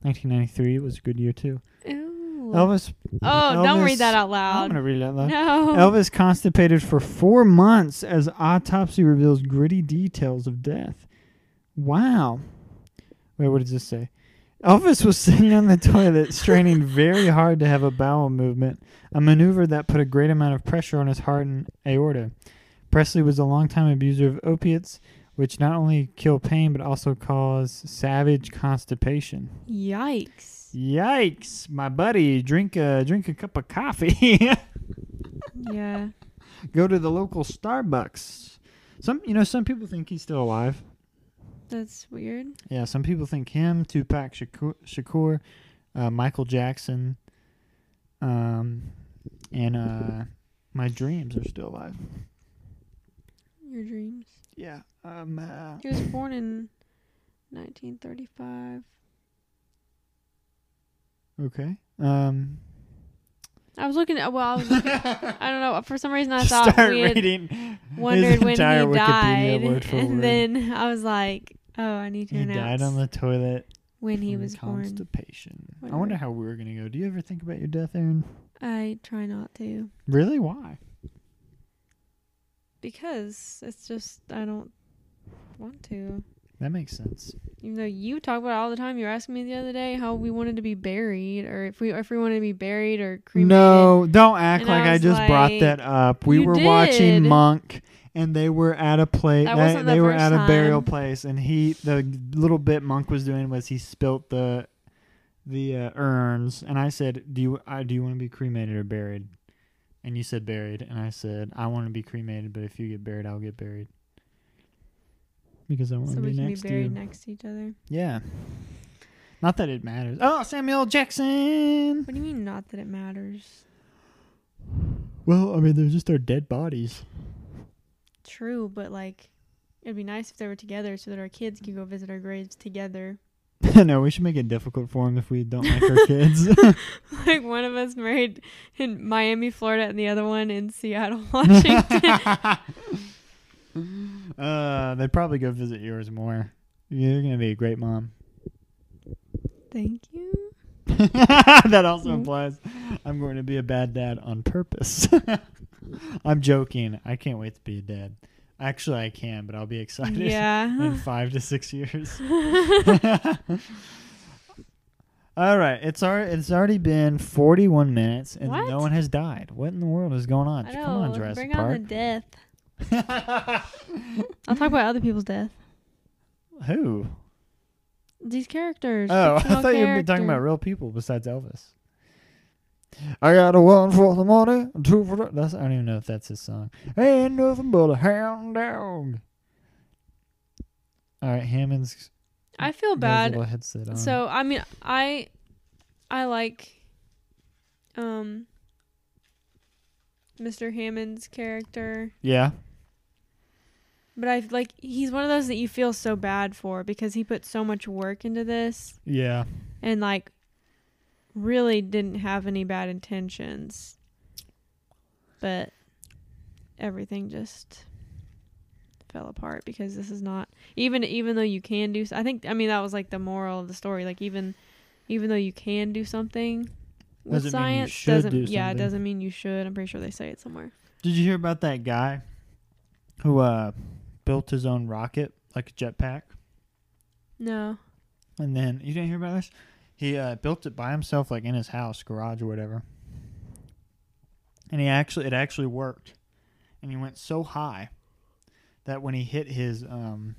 [SPEAKER 1] 1993 was a good year, too.
[SPEAKER 2] Ew.
[SPEAKER 1] Elvis.
[SPEAKER 2] Oh, don't
[SPEAKER 1] Elvis-
[SPEAKER 2] read that out
[SPEAKER 1] I'm
[SPEAKER 2] loud.
[SPEAKER 1] going to read it out loud.
[SPEAKER 2] No.
[SPEAKER 1] Elvis constipated for four months as autopsy reveals gritty details of death. Wow. Wait, what does this say? Elvis was sitting on the toilet, straining very hard to have a bowel movement, a maneuver that put a great amount of pressure on his heart and aorta. Presley was a longtime abuser of opiates, which not only kill pain but also cause savage constipation.
[SPEAKER 2] Yikes.
[SPEAKER 1] Yikes, my buddy, drink a drink a cup of coffee.
[SPEAKER 2] Yeah.
[SPEAKER 1] go to the local Starbucks. Some, you know, some people think he's still alive.
[SPEAKER 2] That's weird.
[SPEAKER 1] Yeah, some people think him, Tupac Shakur, Shakur uh, Michael Jackson, um, and uh, my dreams are still alive.
[SPEAKER 2] your dreams.
[SPEAKER 1] Yeah. Um. Uh,
[SPEAKER 2] He was born in 1935.
[SPEAKER 1] okay. Um.
[SPEAKER 2] I was looking at, well, I was looking, I don't know, for some reason I
[SPEAKER 1] Just
[SPEAKER 2] thought
[SPEAKER 1] start
[SPEAKER 2] we had
[SPEAKER 1] reading.
[SPEAKER 2] wondered
[SPEAKER 1] his
[SPEAKER 2] when he
[SPEAKER 1] entire Wikipedia
[SPEAKER 2] died.
[SPEAKER 1] word for
[SPEAKER 2] and
[SPEAKER 1] word.
[SPEAKER 2] then I was like, oh, I need to
[SPEAKER 1] He
[SPEAKER 2] announce
[SPEAKER 1] died on the toilet
[SPEAKER 2] when he
[SPEAKER 1] from
[SPEAKER 2] was born.
[SPEAKER 1] constipation. I
[SPEAKER 2] Whatever.
[SPEAKER 1] wonder how we were gonna go. Do you ever think about your death, Aaron?
[SPEAKER 2] I try not to
[SPEAKER 1] Really? Why?
[SPEAKER 2] because it's just, I don't want to.
[SPEAKER 1] That makes sense.
[SPEAKER 2] Even though you talk about it all the time, you were asking me the other day how we wanted to be buried, or if we if we wanted to be buried or cremated.
[SPEAKER 1] No, don't act
[SPEAKER 2] And
[SPEAKER 1] like
[SPEAKER 2] I
[SPEAKER 1] I,
[SPEAKER 2] was
[SPEAKER 1] just brought
[SPEAKER 2] like,
[SPEAKER 1] that up. We
[SPEAKER 2] "You
[SPEAKER 1] were watching
[SPEAKER 2] did."
[SPEAKER 1] Monk, and they were at a place.
[SPEAKER 2] That
[SPEAKER 1] they
[SPEAKER 2] wasn't the
[SPEAKER 1] they were
[SPEAKER 2] first
[SPEAKER 1] at a burial
[SPEAKER 2] time.
[SPEAKER 1] place, and he the little bit Monk was doing was he spilt the the uh, urns, and I said, "Do you I, do you want to be cremated or buried?" And you said buried, and I said, "I want to be cremated, but if you get buried, I'll get buried." Because I want
[SPEAKER 2] so
[SPEAKER 1] to be
[SPEAKER 2] we can be
[SPEAKER 1] next to you.
[SPEAKER 2] buried next to each other.
[SPEAKER 1] yeah. Not that it matters. Oh, Samuel Jackson.
[SPEAKER 2] What do you mean? Not that it matters.
[SPEAKER 1] Well, I mean, they're just our dead bodies.
[SPEAKER 2] True, but like, it'd be nice if they were together so that our kids could go visit our graves together.
[SPEAKER 1] no, we should make it difficult for them if we don't like our kids.
[SPEAKER 2] Like one of us married in Miami, Florida, and the other one in Seattle, Washington.
[SPEAKER 1] uh, they'd probably go visit yours more. You're gonna be a great mom.
[SPEAKER 2] Thank you.
[SPEAKER 1] that also
[SPEAKER 2] Mm.
[SPEAKER 1] implies I'm going to be a bad dad on purpose. I'm joking. I can't wait to be a dad. Actually, I can, but I'll be excited in
[SPEAKER 2] Yeah.
[SPEAKER 1] five to six years. All right, it's our it's already been 41 minutes and
[SPEAKER 2] What?
[SPEAKER 1] no one has died. What in the world is going on?
[SPEAKER 2] I
[SPEAKER 1] Come on,
[SPEAKER 2] know.
[SPEAKER 1] Jurassic
[SPEAKER 2] bring
[SPEAKER 1] Park.
[SPEAKER 2] on the death. I'll talk about other people's death.
[SPEAKER 1] Who?
[SPEAKER 2] These characters.
[SPEAKER 1] Oh, I
[SPEAKER 2] fictional
[SPEAKER 1] thought you were talking
[SPEAKER 2] character.
[SPEAKER 1] about real people besides Elvis. I got a one for the money, a two for the. That's, I don't even know if that's his song. Ain't nothing but a hound dog. All right, Hammond's
[SPEAKER 2] I
[SPEAKER 1] got
[SPEAKER 2] feel
[SPEAKER 1] his
[SPEAKER 2] bad
[SPEAKER 1] little headset on.
[SPEAKER 2] So I mean, I I like um Mr. Hammond's character,
[SPEAKER 1] yeah,
[SPEAKER 2] but I like he's one of those that you feel so bad for because he put so much work into this
[SPEAKER 1] yeah.
[SPEAKER 2] and like really didn't have any bad intentions. But everything just fell apart because this is not even even though you can do s- I think I mean that was like the moral of the story like even even though you can do something with
[SPEAKER 1] Doesn't mean you
[SPEAKER 2] science
[SPEAKER 1] should
[SPEAKER 2] doesn't
[SPEAKER 1] do
[SPEAKER 2] yeah it
[SPEAKER 1] something.
[SPEAKER 2] doesn't mean you should I'm pretty sure they say it somewhere
[SPEAKER 1] Did you hear about that guy who uh, built his own rocket like a jetpack?
[SPEAKER 2] no
[SPEAKER 1] And then you didn't hear about this? He uh, built it by himself, like in his house, garage, or whatever. And he actually, it actually worked. And he went so high that when he hit his um,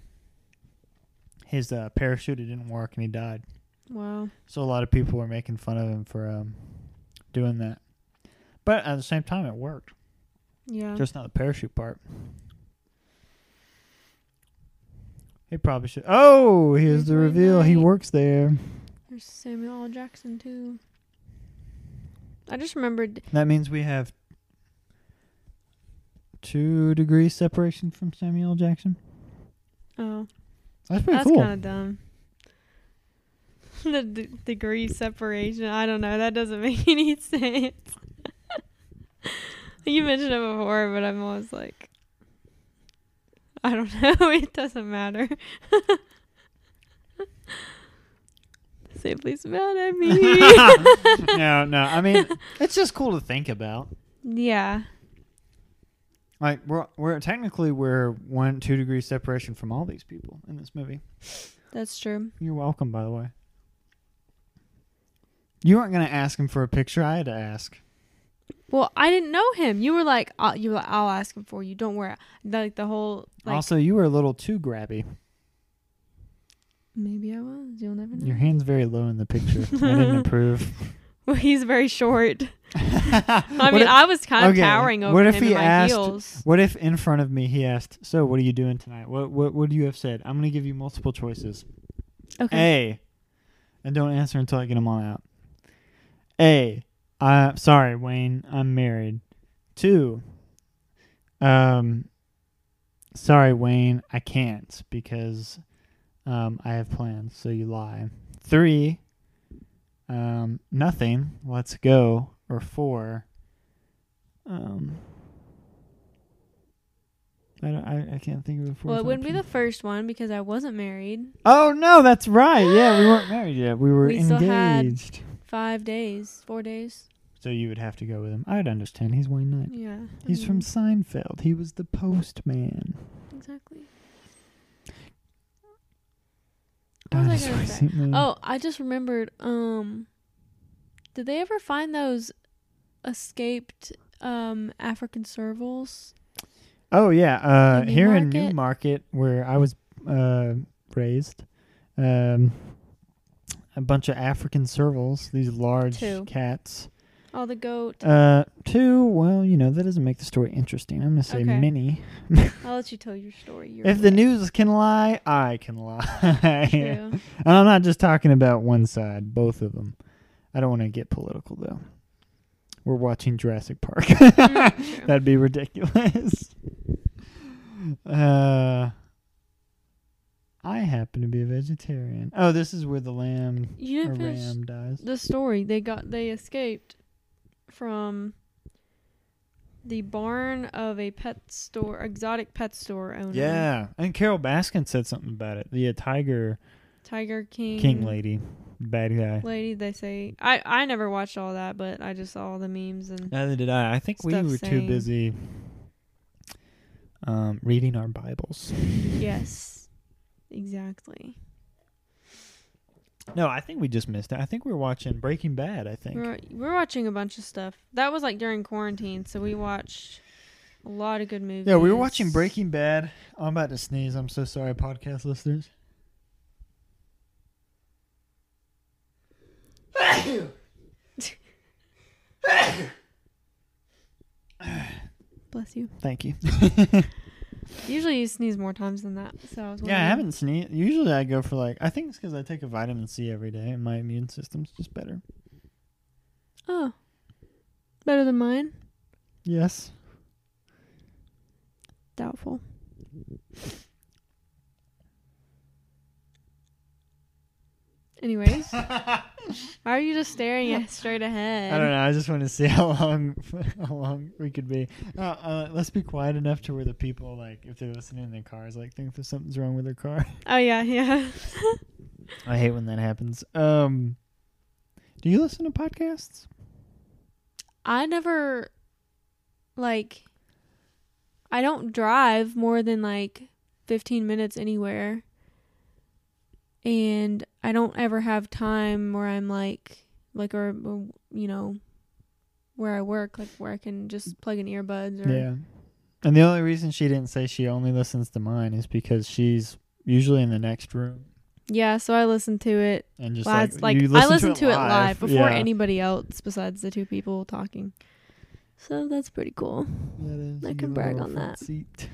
[SPEAKER 1] his uh, parachute, it didn't work, and he died.
[SPEAKER 2] wow
[SPEAKER 1] So a lot of people were making fun of him for um, doing that. But at the same time, it worked.
[SPEAKER 2] yeah
[SPEAKER 1] Just not the parachute part. He probably should. Oh, here's the reveal. He
[SPEAKER 2] Mm-hmm, Right.
[SPEAKER 1] works there.
[SPEAKER 2] there's Samuel L. Jackson too I just remembered
[SPEAKER 1] That means we have two degrees separation from Samuel L. Jackson.
[SPEAKER 2] oh
[SPEAKER 1] That's pretty
[SPEAKER 2] That's
[SPEAKER 1] cool.
[SPEAKER 2] kind of dumb. the d- degree separation. I don't know. That doesn't make any sense. you mentioned it before, but I'm always like, I don't know. it doesn't matter. Simply's mad at me.
[SPEAKER 1] no, no. I mean, it's just cool to think about.
[SPEAKER 2] yeah.
[SPEAKER 1] Like we're we're technically we're one two degrees separation from all these people in this movie.
[SPEAKER 2] That's true.
[SPEAKER 1] You're welcome, by the way. You weren't gonna ask him for a picture. I had to ask.
[SPEAKER 2] Well, I didn't know him. You were like, I'll, you were like, I'll ask him for you. Don't worry. Like the whole, like
[SPEAKER 1] also, you were a little too grabby.
[SPEAKER 2] maybe I was. You'll never know.
[SPEAKER 1] Your hand's very low in the picture. I didn't approve.
[SPEAKER 2] Well, he's very short. I
[SPEAKER 1] What
[SPEAKER 2] mean,
[SPEAKER 1] if-
[SPEAKER 2] I was kind of
[SPEAKER 1] okay,
[SPEAKER 2] towering over
[SPEAKER 1] what if
[SPEAKER 2] him
[SPEAKER 1] he
[SPEAKER 2] in my
[SPEAKER 1] asked-
[SPEAKER 2] heels.
[SPEAKER 1] What if in front of me he asked, "So, what are you doing tonight? What what would you have said?" I'm gonna give you multiple choices.
[SPEAKER 2] Okay.
[SPEAKER 1] A, and don't answer until I get them all out. A, I sorry, Wayne, I'm married. Two, um, Sorry, Wayne, I can't because um, I have plans. So you lie. Three, um, nothing. Let's go. Or four. Um, I, don't, I, I can't think of a fourth.
[SPEAKER 2] Well, it wouldn't be the
[SPEAKER 1] option.
[SPEAKER 2] first one because I wasn't married.
[SPEAKER 1] Oh no, that's right. Yeah, we weren't married yet. We were
[SPEAKER 2] We still had-
[SPEAKER 1] engaged.
[SPEAKER 2] Five days, four days.
[SPEAKER 1] So you would have to go with him. I'd understand. He's Wayne Knight.
[SPEAKER 2] Yeah. I
[SPEAKER 1] He's from
[SPEAKER 2] mean,
[SPEAKER 1] Seinfeld. He was the postman.
[SPEAKER 2] exactly. What was I
[SPEAKER 1] Dinosaur
[SPEAKER 2] gonna say?
[SPEAKER 1] suit man.
[SPEAKER 2] Oh, I just remembered. Um, did they ever find those escaped um African servals?
[SPEAKER 1] Oh yeah, uh,
[SPEAKER 2] In
[SPEAKER 1] here in
[SPEAKER 2] Newmarket?
[SPEAKER 1] Newmarket, where I was uh, raised, um, a bunch of African servals, these large
[SPEAKER 2] Two.
[SPEAKER 1] cats.
[SPEAKER 2] Oh, the goat.
[SPEAKER 1] Uh, two. Well, you know that doesn't make the story interesting. I'm gonna say
[SPEAKER 2] Okay.
[SPEAKER 1] many.
[SPEAKER 2] I'll let you tell your story. You're
[SPEAKER 1] If the
[SPEAKER 2] right.
[SPEAKER 1] news can lie, I can lie. and
[SPEAKER 2] True.
[SPEAKER 1] I'm not just talking about one side, both of them. I don't want to get political though. We're watching Jurassic Park.
[SPEAKER 2] Mm, true.
[SPEAKER 1] That'd be ridiculous. Uh, I happen to be a vegetarian. Oh, this is where the lamb
[SPEAKER 2] You
[SPEAKER 1] or
[SPEAKER 2] didn't finish
[SPEAKER 1] ram dies.
[SPEAKER 2] the story. They got they escaped from the barn of a pet store, exotic pet store owner.
[SPEAKER 1] Yeah, and Carol Baskin said something about it. The uh, tiger
[SPEAKER 2] Tiger King.
[SPEAKER 1] king lady, bad guy.
[SPEAKER 2] Lady, they say. I I never watched all that, but I just saw all the memes and
[SPEAKER 1] Neither did I. I think we
[SPEAKER 2] Stuff
[SPEAKER 1] were too
[SPEAKER 2] saying-
[SPEAKER 1] busy um, reading our Bibles.
[SPEAKER 2] yes, exactly.
[SPEAKER 1] No, I think we just missed it. I think we were watching Breaking Bad. I think.
[SPEAKER 2] We're we're watching a bunch of stuff. That was like during quarantine, so we watched a lot of good movies.
[SPEAKER 1] Yeah, we were watching Breaking Bad. I'm about to sneeze. I'm so sorry, podcast listeners.
[SPEAKER 2] Bless you.
[SPEAKER 1] Thank you.
[SPEAKER 2] Usually you sneeze more times than that, so I was.
[SPEAKER 1] Yeah, I
[SPEAKER 2] wondering.
[SPEAKER 1] haven't sneezed. Usually I go for like, I think it's because I take a vitamin C every day and my immune system's just better.
[SPEAKER 2] Oh, better than mine.
[SPEAKER 1] Yes.
[SPEAKER 2] Doubtful. Anyways,
[SPEAKER 1] I
[SPEAKER 2] why are you just staring at straight ahead?
[SPEAKER 1] don't know. I just want to see how long how long we could be. Uh, uh, let's be quiet enough to where the people, like, if they're listening in their cars, like, think that something's wrong with their car.
[SPEAKER 2] Oh yeah, yeah.
[SPEAKER 1] I hate when that happens. Um, do you listen to podcasts?
[SPEAKER 2] I never like I don't drive more than like 15 minutes anywhere. And I don't ever have time where I'm like like or, or, you know where I work like where I can just plug in earbuds or
[SPEAKER 1] Yeah. And the only reason she didn't say she only listens to mine is because she's usually in the next room
[SPEAKER 2] Yeah, so I listen to it.
[SPEAKER 1] and just
[SPEAKER 2] Well,
[SPEAKER 1] like,
[SPEAKER 2] like,
[SPEAKER 1] you
[SPEAKER 2] I listen to it, live, before
[SPEAKER 1] Yeah.
[SPEAKER 2] anybody else besides the two people talking. So that's pretty cool.
[SPEAKER 1] That is,
[SPEAKER 2] I
[SPEAKER 1] you
[SPEAKER 2] can brag
[SPEAKER 1] little
[SPEAKER 2] on
[SPEAKER 1] front
[SPEAKER 2] that.
[SPEAKER 1] Seat.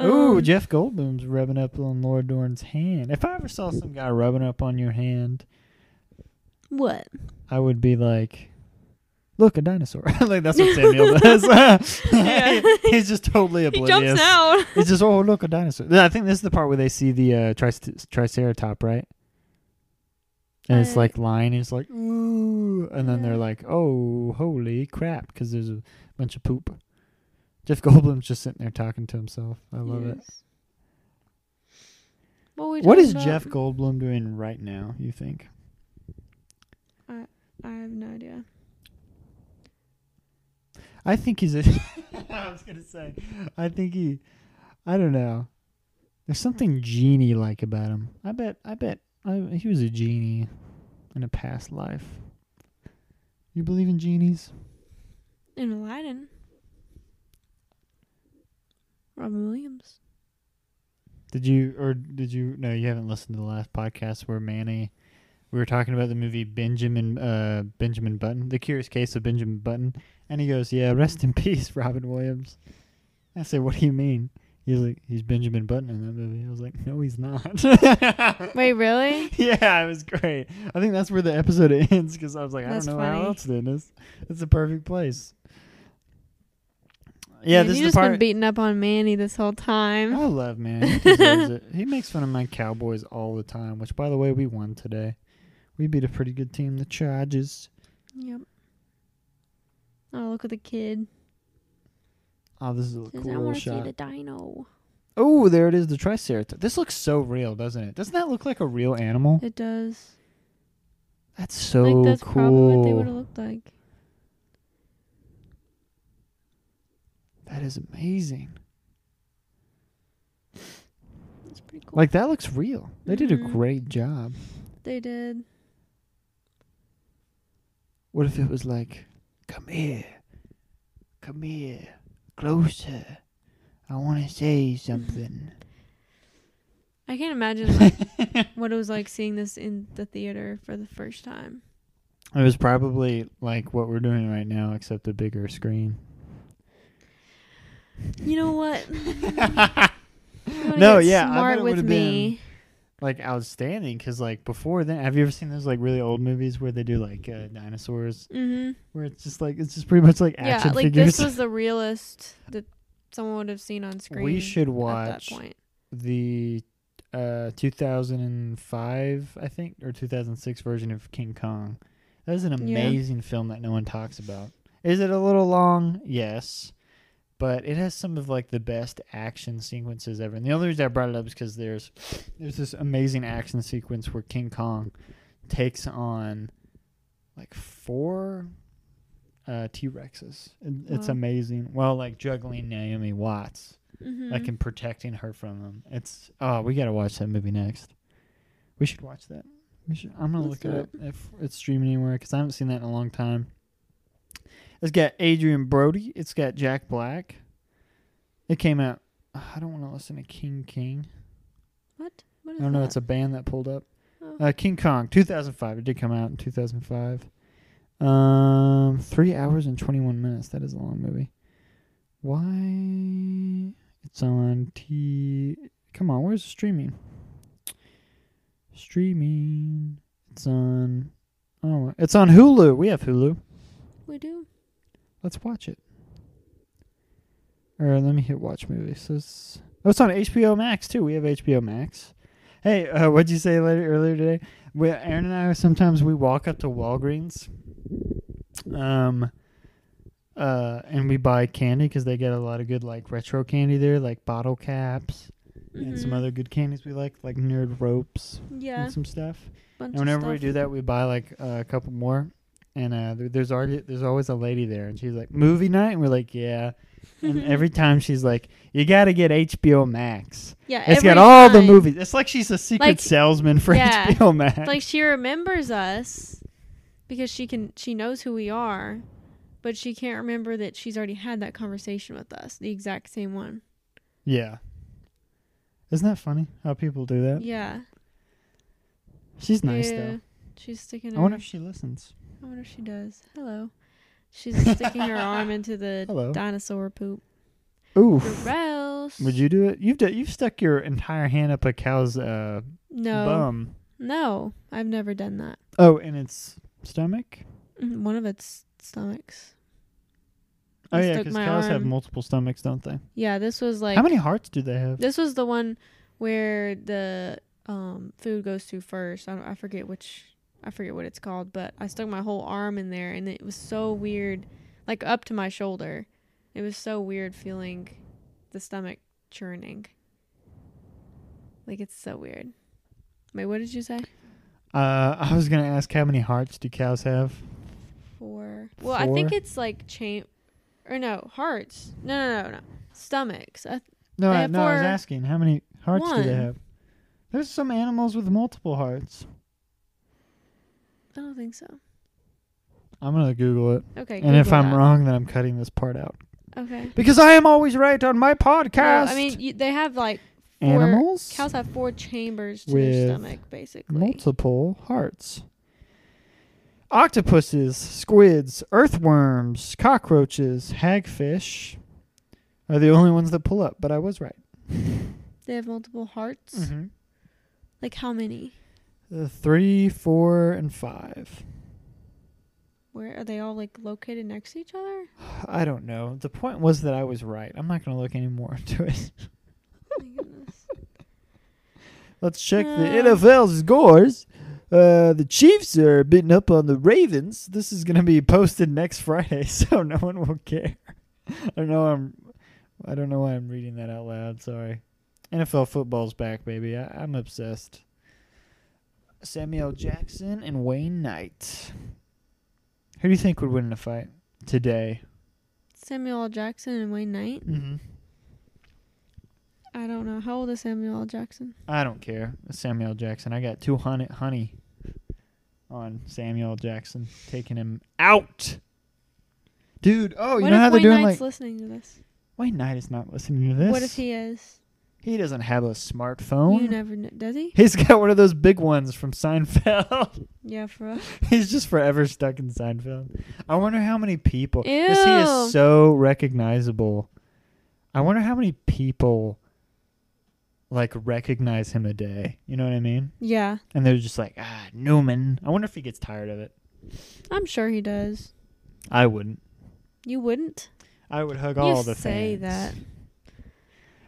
[SPEAKER 1] Ooh,
[SPEAKER 2] Um,
[SPEAKER 1] Jeff Goldblum's rubbing up on Laura Dorn's hand. If I ever saw some guy rubbing up on your hand,
[SPEAKER 2] what?
[SPEAKER 1] I would be like, "Look, a dinosaur!" like that's what Samuel does.
[SPEAKER 2] Yeah.
[SPEAKER 1] He's just totally
[SPEAKER 2] He
[SPEAKER 1] oblivious.
[SPEAKER 2] jumps out.
[SPEAKER 1] It's just, "Oh, look, a dinosaur!" I think this is the part where they see the uh, tric- triceratop, right? And it's
[SPEAKER 2] Uh,
[SPEAKER 1] like lying. It's like, "Ooh," and then they're
[SPEAKER 2] yeah.
[SPEAKER 1] like, "Oh, holy crap!" Because there's a bunch of poop. Jeff Goldblum's just sitting there talking to himself. I love it.
[SPEAKER 2] Yes. What, we
[SPEAKER 1] What
[SPEAKER 2] talking
[SPEAKER 1] is
[SPEAKER 2] about?
[SPEAKER 1] Jeff Goldblum doing right now, you think?
[SPEAKER 2] I have no idea.
[SPEAKER 1] I think he's a I was gonna say. I think he I don't know. There's something genie like about him. I bet I bet I, he was a genie in a past life. You believe in genies?
[SPEAKER 2] In Aladdin. Robin Williams.
[SPEAKER 1] Did you or did you no, you haven't listened to the last podcast where Manny we were talking about the movie Benjamin uh Benjamin Button, The Curious Case of Benjamin Button, and he goes, "Yeah, rest in peace, Robin Williams." I said, "What do you mean?" He's like, "He's Benjamin Button in that movie." I was like, "No, he's not."
[SPEAKER 2] Wait, really?
[SPEAKER 1] yeah, it was great. I think that's where the episode ends because I was like, I
[SPEAKER 2] That's
[SPEAKER 1] don't know how
[SPEAKER 2] funny.
[SPEAKER 1] else to end this. It's the perfect place. Yeah,
[SPEAKER 2] Man,
[SPEAKER 1] this is
[SPEAKER 2] you just
[SPEAKER 1] the
[SPEAKER 2] been
[SPEAKER 1] part.
[SPEAKER 2] beating up on Manny this whole time.
[SPEAKER 1] I love man. He deserves it. He makes fun of my Cowboys all the time. Which, by the way, we won today. We beat a pretty good team, the Chargers.
[SPEAKER 2] Yep. Oh, look at the kid.
[SPEAKER 1] Oh, this is a
[SPEAKER 2] Says, I
[SPEAKER 1] cool
[SPEAKER 2] want to see
[SPEAKER 1] shot.
[SPEAKER 2] the dino.
[SPEAKER 1] Oh, there it is, the Triceratops. This looks so real, doesn't it? Doesn't that look like a real animal?
[SPEAKER 2] It does.
[SPEAKER 1] That's so
[SPEAKER 2] like that's probably what they
[SPEAKER 1] cool.
[SPEAKER 2] would have looked like.
[SPEAKER 1] That is amazing.
[SPEAKER 2] That's pretty cool.
[SPEAKER 1] Like that looks real. They did a
[SPEAKER 2] Mhm.
[SPEAKER 1] great job.
[SPEAKER 2] they did.
[SPEAKER 1] What if it was like, come here, come here, closer. I want to say something.
[SPEAKER 2] I can't imagine like, what it was like seeing this in the theater for the first time.
[SPEAKER 1] It was probably like what we're doing right now, except a bigger screen.
[SPEAKER 2] You know what? You wanna
[SPEAKER 1] No,
[SPEAKER 2] get
[SPEAKER 1] yeah, I bet
[SPEAKER 2] smart
[SPEAKER 1] it
[SPEAKER 2] with
[SPEAKER 1] would've
[SPEAKER 2] me.
[SPEAKER 1] like outstanding, because like before then, have you ever seen those like really old movies where they do like uh, dinosaurs,
[SPEAKER 2] Mm-hmm.
[SPEAKER 1] where it's just like it's just pretty much like
[SPEAKER 2] Yeah,
[SPEAKER 1] action
[SPEAKER 2] like
[SPEAKER 1] figures?
[SPEAKER 2] this was the realest that someone would have seen on screen.
[SPEAKER 1] we should
[SPEAKER 2] at that
[SPEAKER 1] watch
[SPEAKER 2] point.
[SPEAKER 1] the uh 2005 i think or 2006 version of king kong that is an
[SPEAKER 2] Yeah.
[SPEAKER 1] amazing film that no one talks about is it a little long yes but it has some of like the best action sequences ever and the only reason i brought it up is because there's there's this amazing action sequence where king kong takes on like four uh, t-rexes And it's
[SPEAKER 2] Wow.
[SPEAKER 1] amazing while like juggling naomi watts
[SPEAKER 2] Mm-hmm.
[SPEAKER 1] like in protecting her from them. It's oh, we gotta watch that movie next. We should watch that. We should. I'm gonna
[SPEAKER 2] Let's
[SPEAKER 1] look it
[SPEAKER 2] do
[SPEAKER 1] up if it's streaming anywhere because I haven't seen that in a long time. It's got Adrian Brody. It's got Jack Black. It came out. I don't want to listen to King King.
[SPEAKER 2] what? What is
[SPEAKER 1] I don't know.
[SPEAKER 2] that?
[SPEAKER 1] It's a band that pulled up.
[SPEAKER 2] Oh.
[SPEAKER 1] Uh, King Kong, 2005. It did come out in 2005. Um, three hours and 21 minutes. That is a long movie. Why? It's on T. Come on, where's the streaming? Streaming. It's on. Oh, it's on Hulu. We have Hulu.
[SPEAKER 2] we do.
[SPEAKER 1] Let's watch it. Or let me hit watch movies. So it's, oh, it's on HBO Max too. We have HBO Max. Hey, uh, what'd you say later, earlier today? We, Aaron and I sometimes we walk up to Walgreens, um, uh, and we buy candy because they get a lot of good like retro candy there, like bottle caps and some
[SPEAKER 2] Mhm.
[SPEAKER 1] other good candies we like, like nerd ropes
[SPEAKER 2] Yeah.
[SPEAKER 1] and some stuff.
[SPEAKER 2] bunch
[SPEAKER 1] And
[SPEAKER 2] of
[SPEAKER 1] whenever we
[SPEAKER 2] stuff.
[SPEAKER 1] do that, we buy like a couple more. And uh, there, there's already there's always a lady there, and she's like movie night, and we're like yeah. And every time she's like, you got to get HBO Max.
[SPEAKER 2] yeah,
[SPEAKER 1] It's got
[SPEAKER 2] every
[SPEAKER 1] all the
[SPEAKER 2] time.
[SPEAKER 1] movies. It's like she's a secret
[SPEAKER 2] Like-
[SPEAKER 1] salesman for
[SPEAKER 2] yeah.
[SPEAKER 1] HBO Max.
[SPEAKER 2] It's like she remembers us because she can she knows who we are, but she can't remember that she's already had that conversation with us, the exact same one.
[SPEAKER 1] yeah. Isn't that funny how people do that?
[SPEAKER 2] Yeah.
[SPEAKER 1] She's nice
[SPEAKER 2] yeah.
[SPEAKER 1] though.
[SPEAKER 2] She's sticking.
[SPEAKER 1] I
[SPEAKER 2] Her,
[SPEAKER 1] wonder if she listens.
[SPEAKER 2] I wonder if she does. Hello. She's sticking her arm into the
[SPEAKER 1] Hello.
[SPEAKER 2] dinosaur poop.
[SPEAKER 1] Oof.
[SPEAKER 2] Gross.
[SPEAKER 1] Would you do it? You've d- you've stuck your entire hand up a cow's uh,
[SPEAKER 2] No.
[SPEAKER 1] bum.
[SPEAKER 2] No, I've never done that.
[SPEAKER 1] Oh, in its stomach.
[SPEAKER 2] Mm, One of its stomachs.
[SPEAKER 1] Oh
[SPEAKER 2] I
[SPEAKER 1] yeah,
[SPEAKER 2] stuck
[SPEAKER 1] because
[SPEAKER 2] my
[SPEAKER 1] cows have
[SPEAKER 2] arm-
[SPEAKER 1] multiple stomachs, don't they?
[SPEAKER 2] Yeah, this was like
[SPEAKER 1] How many hearts do they have?
[SPEAKER 2] This was the one where the um, food goes to first. I, don't, I forget which, I forget what it's called, but I stuck my whole arm in there, and it was so weird, like up to my shoulder. It was so weird feeling the stomach churning. Like it's so weird. Wait, what did you say?
[SPEAKER 1] Uh, I was gonna ask how many hearts do cows have?
[SPEAKER 2] Four. Well, I think
[SPEAKER 1] Four?
[SPEAKER 2] it's like chain, or no, hearts. No, no, no, no. Stomachs. I,
[SPEAKER 1] No,
[SPEAKER 2] They
[SPEAKER 1] I,
[SPEAKER 2] have
[SPEAKER 1] no, I was
[SPEAKER 2] four.
[SPEAKER 1] asking how many hearts do they
[SPEAKER 2] One.
[SPEAKER 1] have? There's some animals with multiple hearts.
[SPEAKER 2] I don't think so.
[SPEAKER 1] I'm gonna Google it,
[SPEAKER 2] Okay.
[SPEAKER 1] and if
[SPEAKER 2] Google
[SPEAKER 1] I'm
[SPEAKER 2] that.
[SPEAKER 1] wrong, then I'm cutting this part out
[SPEAKER 2] Okay.
[SPEAKER 1] because I am always right on my
[SPEAKER 2] No,
[SPEAKER 1] podcast.
[SPEAKER 2] I mean, you, they have like four-
[SPEAKER 1] animals
[SPEAKER 2] Cows have four chambers to
[SPEAKER 1] With
[SPEAKER 2] their stomach, basically.
[SPEAKER 1] multiple hearts. Octopuses, squids, earthworms, cockroaches, hagfish are the only ones that pull up. But I was right.
[SPEAKER 2] They have multiple hearts.
[SPEAKER 1] Mm-hmm.
[SPEAKER 2] Like how many?
[SPEAKER 1] Uh, The three, four, and five.
[SPEAKER 2] where are they all like located next to each other? Oh
[SPEAKER 1] I don't know. The point was that I was right. I'm not going to look any more into it.
[SPEAKER 2] My goodness.
[SPEAKER 1] Let's check the
[SPEAKER 2] Uh.
[SPEAKER 1] NFL scores. Uh, the Chiefs are beating up on the Ravens. This is going to be posted next Friday, so no one will care. I know I'm. I don't know why I'm reading that out loud. Sorry. NFL football's back, baby. I, I'm obsessed. Samuel Jackson and Wayne Knight. Who do you think would win in a fight today?
[SPEAKER 2] Samuel L. Jackson and Wayne Knight.
[SPEAKER 1] Mm-hmm.
[SPEAKER 2] I don't know. How old is Samuel L. Jackson?
[SPEAKER 1] I don't care. It's Samuel L. Jackson. I got 200 honey on Samuel L. Jackson, taking him out. Dude, oh, you
[SPEAKER 2] what
[SPEAKER 1] know
[SPEAKER 2] if
[SPEAKER 1] how they're
[SPEAKER 2] Wayne
[SPEAKER 1] doing
[SPEAKER 2] Knight's
[SPEAKER 1] like.
[SPEAKER 2] listening to this?
[SPEAKER 1] Wayne Knight is not listening to this.
[SPEAKER 2] What if he is?
[SPEAKER 1] He doesn't have a smartphone.
[SPEAKER 2] You never know. Does he?
[SPEAKER 1] He's got one of those big ones from Seinfeld.
[SPEAKER 2] Yeah, for us.
[SPEAKER 1] He's just forever stuck in Seinfeld. I wonder how many people. 'cause He
[SPEAKER 2] Ew.
[SPEAKER 1] is so recognizable. I wonder how many people like recognize him a day. You know what I mean?
[SPEAKER 2] Yeah,
[SPEAKER 1] And they're just like, ah, Newman. I wonder if he gets tired of it.
[SPEAKER 2] I'm sure he does.
[SPEAKER 1] I wouldn't.
[SPEAKER 2] You wouldn't?
[SPEAKER 1] I would hug
[SPEAKER 2] You
[SPEAKER 1] all the
[SPEAKER 2] say
[SPEAKER 1] fans.
[SPEAKER 2] that.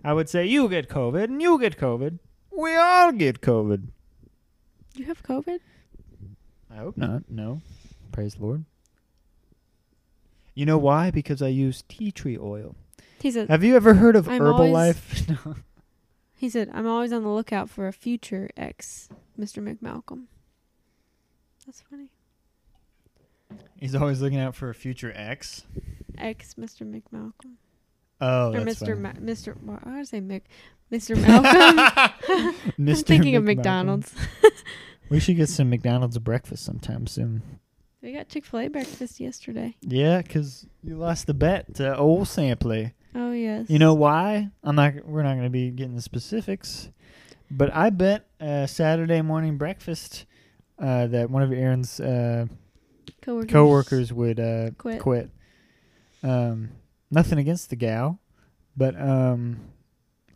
[SPEAKER 1] I would say you get COVID and you get COVID. We all get COVID.
[SPEAKER 2] You have COVID?
[SPEAKER 1] I hope not. No. Praise the Lord. You know why? Because I use tea tree oil.
[SPEAKER 2] He said.
[SPEAKER 1] Have you ever heard of
[SPEAKER 2] Uh, I'm
[SPEAKER 1] Herbalife? No.
[SPEAKER 2] He said, "I'm always on the lookout for a future ex, Mr. McMalcolm." That's funny.
[SPEAKER 1] He's always looking out for a future ex.
[SPEAKER 2] Ex, Mr. McMalcolm,
[SPEAKER 1] Oh,
[SPEAKER 2] or
[SPEAKER 1] that's
[SPEAKER 2] Mr.
[SPEAKER 1] funny.
[SPEAKER 2] Ma- Mr. Why I gotta say Mick, Mr. Malcolm.
[SPEAKER 1] Mr.
[SPEAKER 2] I'm thinking of
[SPEAKER 1] McMalcolm.
[SPEAKER 2] McDonald's.
[SPEAKER 1] We should get some McDonald's breakfast sometime soon.
[SPEAKER 2] we got Chick Fil A breakfast yesterday.
[SPEAKER 1] Yeah, 'cause you lost the bet to old Sampley.
[SPEAKER 2] Oh yes.
[SPEAKER 1] You know why? I'm not. We're not going to be getting the specifics, but I bet uh, Saturday morning breakfast uh, that one of Aaron's uh,
[SPEAKER 2] coworkers.
[SPEAKER 1] coworkers would uh,
[SPEAKER 2] Quit.
[SPEAKER 1] quit. Um, nothing against the gal, but um,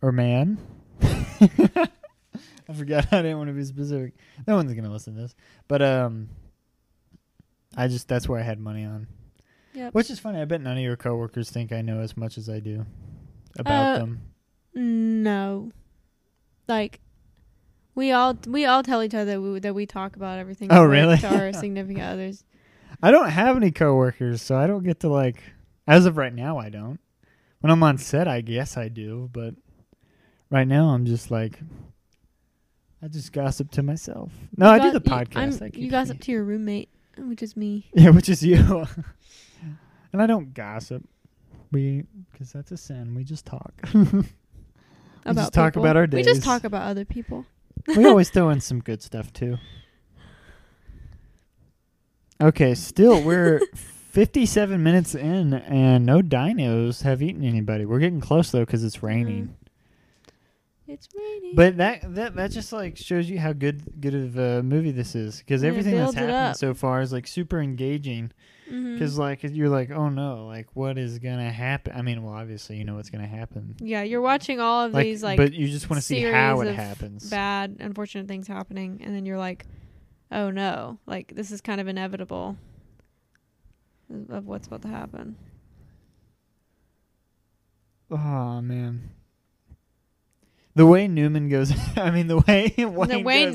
[SPEAKER 1] or man. I forgot. I didn't want to be specific. No one's going to listen to this, but um, I just that's where I had money on.
[SPEAKER 2] Yep.
[SPEAKER 1] Which is funny. I bet none of your coworkers think I know as much as I do about
[SPEAKER 2] Uh,
[SPEAKER 1] them.
[SPEAKER 2] No. Like, we all we all tell each other that we, that we talk about everything.
[SPEAKER 1] Oh,
[SPEAKER 2] like,
[SPEAKER 1] really?
[SPEAKER 2] To our significant others.
[SPEAKER 1] I don't have any coworkers, so I don't get to like. As of right now, I don't. When I'm on set, I guess I do, but right now I'm just like, I just gossip to myself. No, I do
[SPEAKER 2] You
[SPEAKER 1] the
[SPEAKER 2] got- you- I'm-
[SPEAKER 1] podcast. That
[SPEAKER 2] you
[SPEAKER 1] keeps
[SPEAKER 2] gossip
[SPEAKER 1] me-
[SPEAKER 2] to your roommate, which is me.
[SPEAKER 1] yeah, which is you. and I don't gossip. We, because that's a sin. We just talk.
[SPEAKER 2] About
[SPEAKER 1] just talk
[SPEAKER 2] people.
[SPEAKER 1] about our
[SPEAKER 2] We just
[SPEAKER 1] days.
[SPEAKER 2] talk about other people.
[SPEAKER 1] we always throw in some good stuff too. Okay, still we're 57 minutes in and no dinos have eaten anybody. We're getting close though cuz
[SPEAKER 2] Mm-hmm.
[SPEAKER 1] it's raining.
[SPEAKER 2] It's raining.
[SPEAKER 1] But that, that that just like shows you how good good of a movie this is cuz
[SPEAKER 2] Yeah, it
[SPEAKER 1] everything that's
[SPEAKER 2] builds it
[SPEAKER 1] happened
[SPEAKER 2] up.
[SPEAKER 1] so far is like super engaging
[SPEAKER 2] Mhm.
[SPEAKER 1] because like you're like oh no like what is gonna happen I mean well obviously you know what's gonna happen
[SPEAKER 2] yeah, you're watching all of
[SPEAKER 1] like,
[SPEAKER 2] these like
[SPEAKER 1] but you just want to see how
[SPEAKER 2] series
[SPEAKER 1] it
[SPEAKER 2] of
[SPEAKER 1] happens
[SPEAKER 2] bad, unfortunate things happening, and then you're like, oh no, like this is kind of inevitable of what's about to happen.
[SPEAKER 1] Oh man. The way Newman goes, I mean, the way Wayne
[SPEAKER 2] the way
[SPEAKER 1] goes,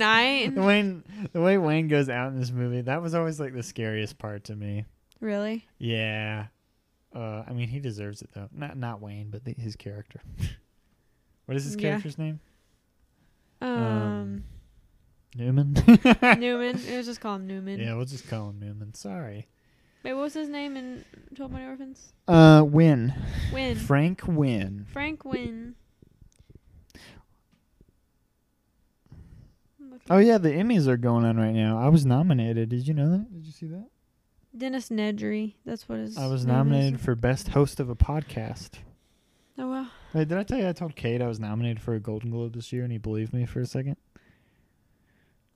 [SPEAKER 2] night.
[SPEAKER 1] the way the way Wayne goes out in this movie, that was always like the scariest part to me.
[SPEAKER 2] Really?
[SPEAKER 1] Yeah, uh, I mean, he deserves it though. Not not Wayne, but the, his character. what is his
[SPEAKER 2] Yeah.
[SPEAKER 1] character's name?
[SPEAKER 2] Um,
[SPEAKER 1] Newman.
[SPEAKER 2] Newman. It was just called Newman.
[SPEAKER 1] yeah, we'll just call him Newman. Sorry.
[SPEAKER 2] Wait, what was his name in Twelve Money Orphans?
[SPEAKER 1] Uh, Wynn.
[SPEAKER 2] Wynn.
[SPEAKER 1] Frank Wynn.
[SPEAKER 2] Frank Wynn. I'm looking.
[SPEAKER 1] Oh yeah, the Emmys are going on right now. I was nominated. Did you know that? Did you see that?
[SPEAKER 2] Dennis Nedry. That's what his.
[SPEAKER 1] I was
[SPEAKER 2] name is.
[SPEAKER 1] nominated for best host of a podcast.
[SPEAKER 2] Oh wow.
[SPEAKER 1] Wait, did I tell you I told Kate I was nominated for a Golden Globe this year and he believed me for a second?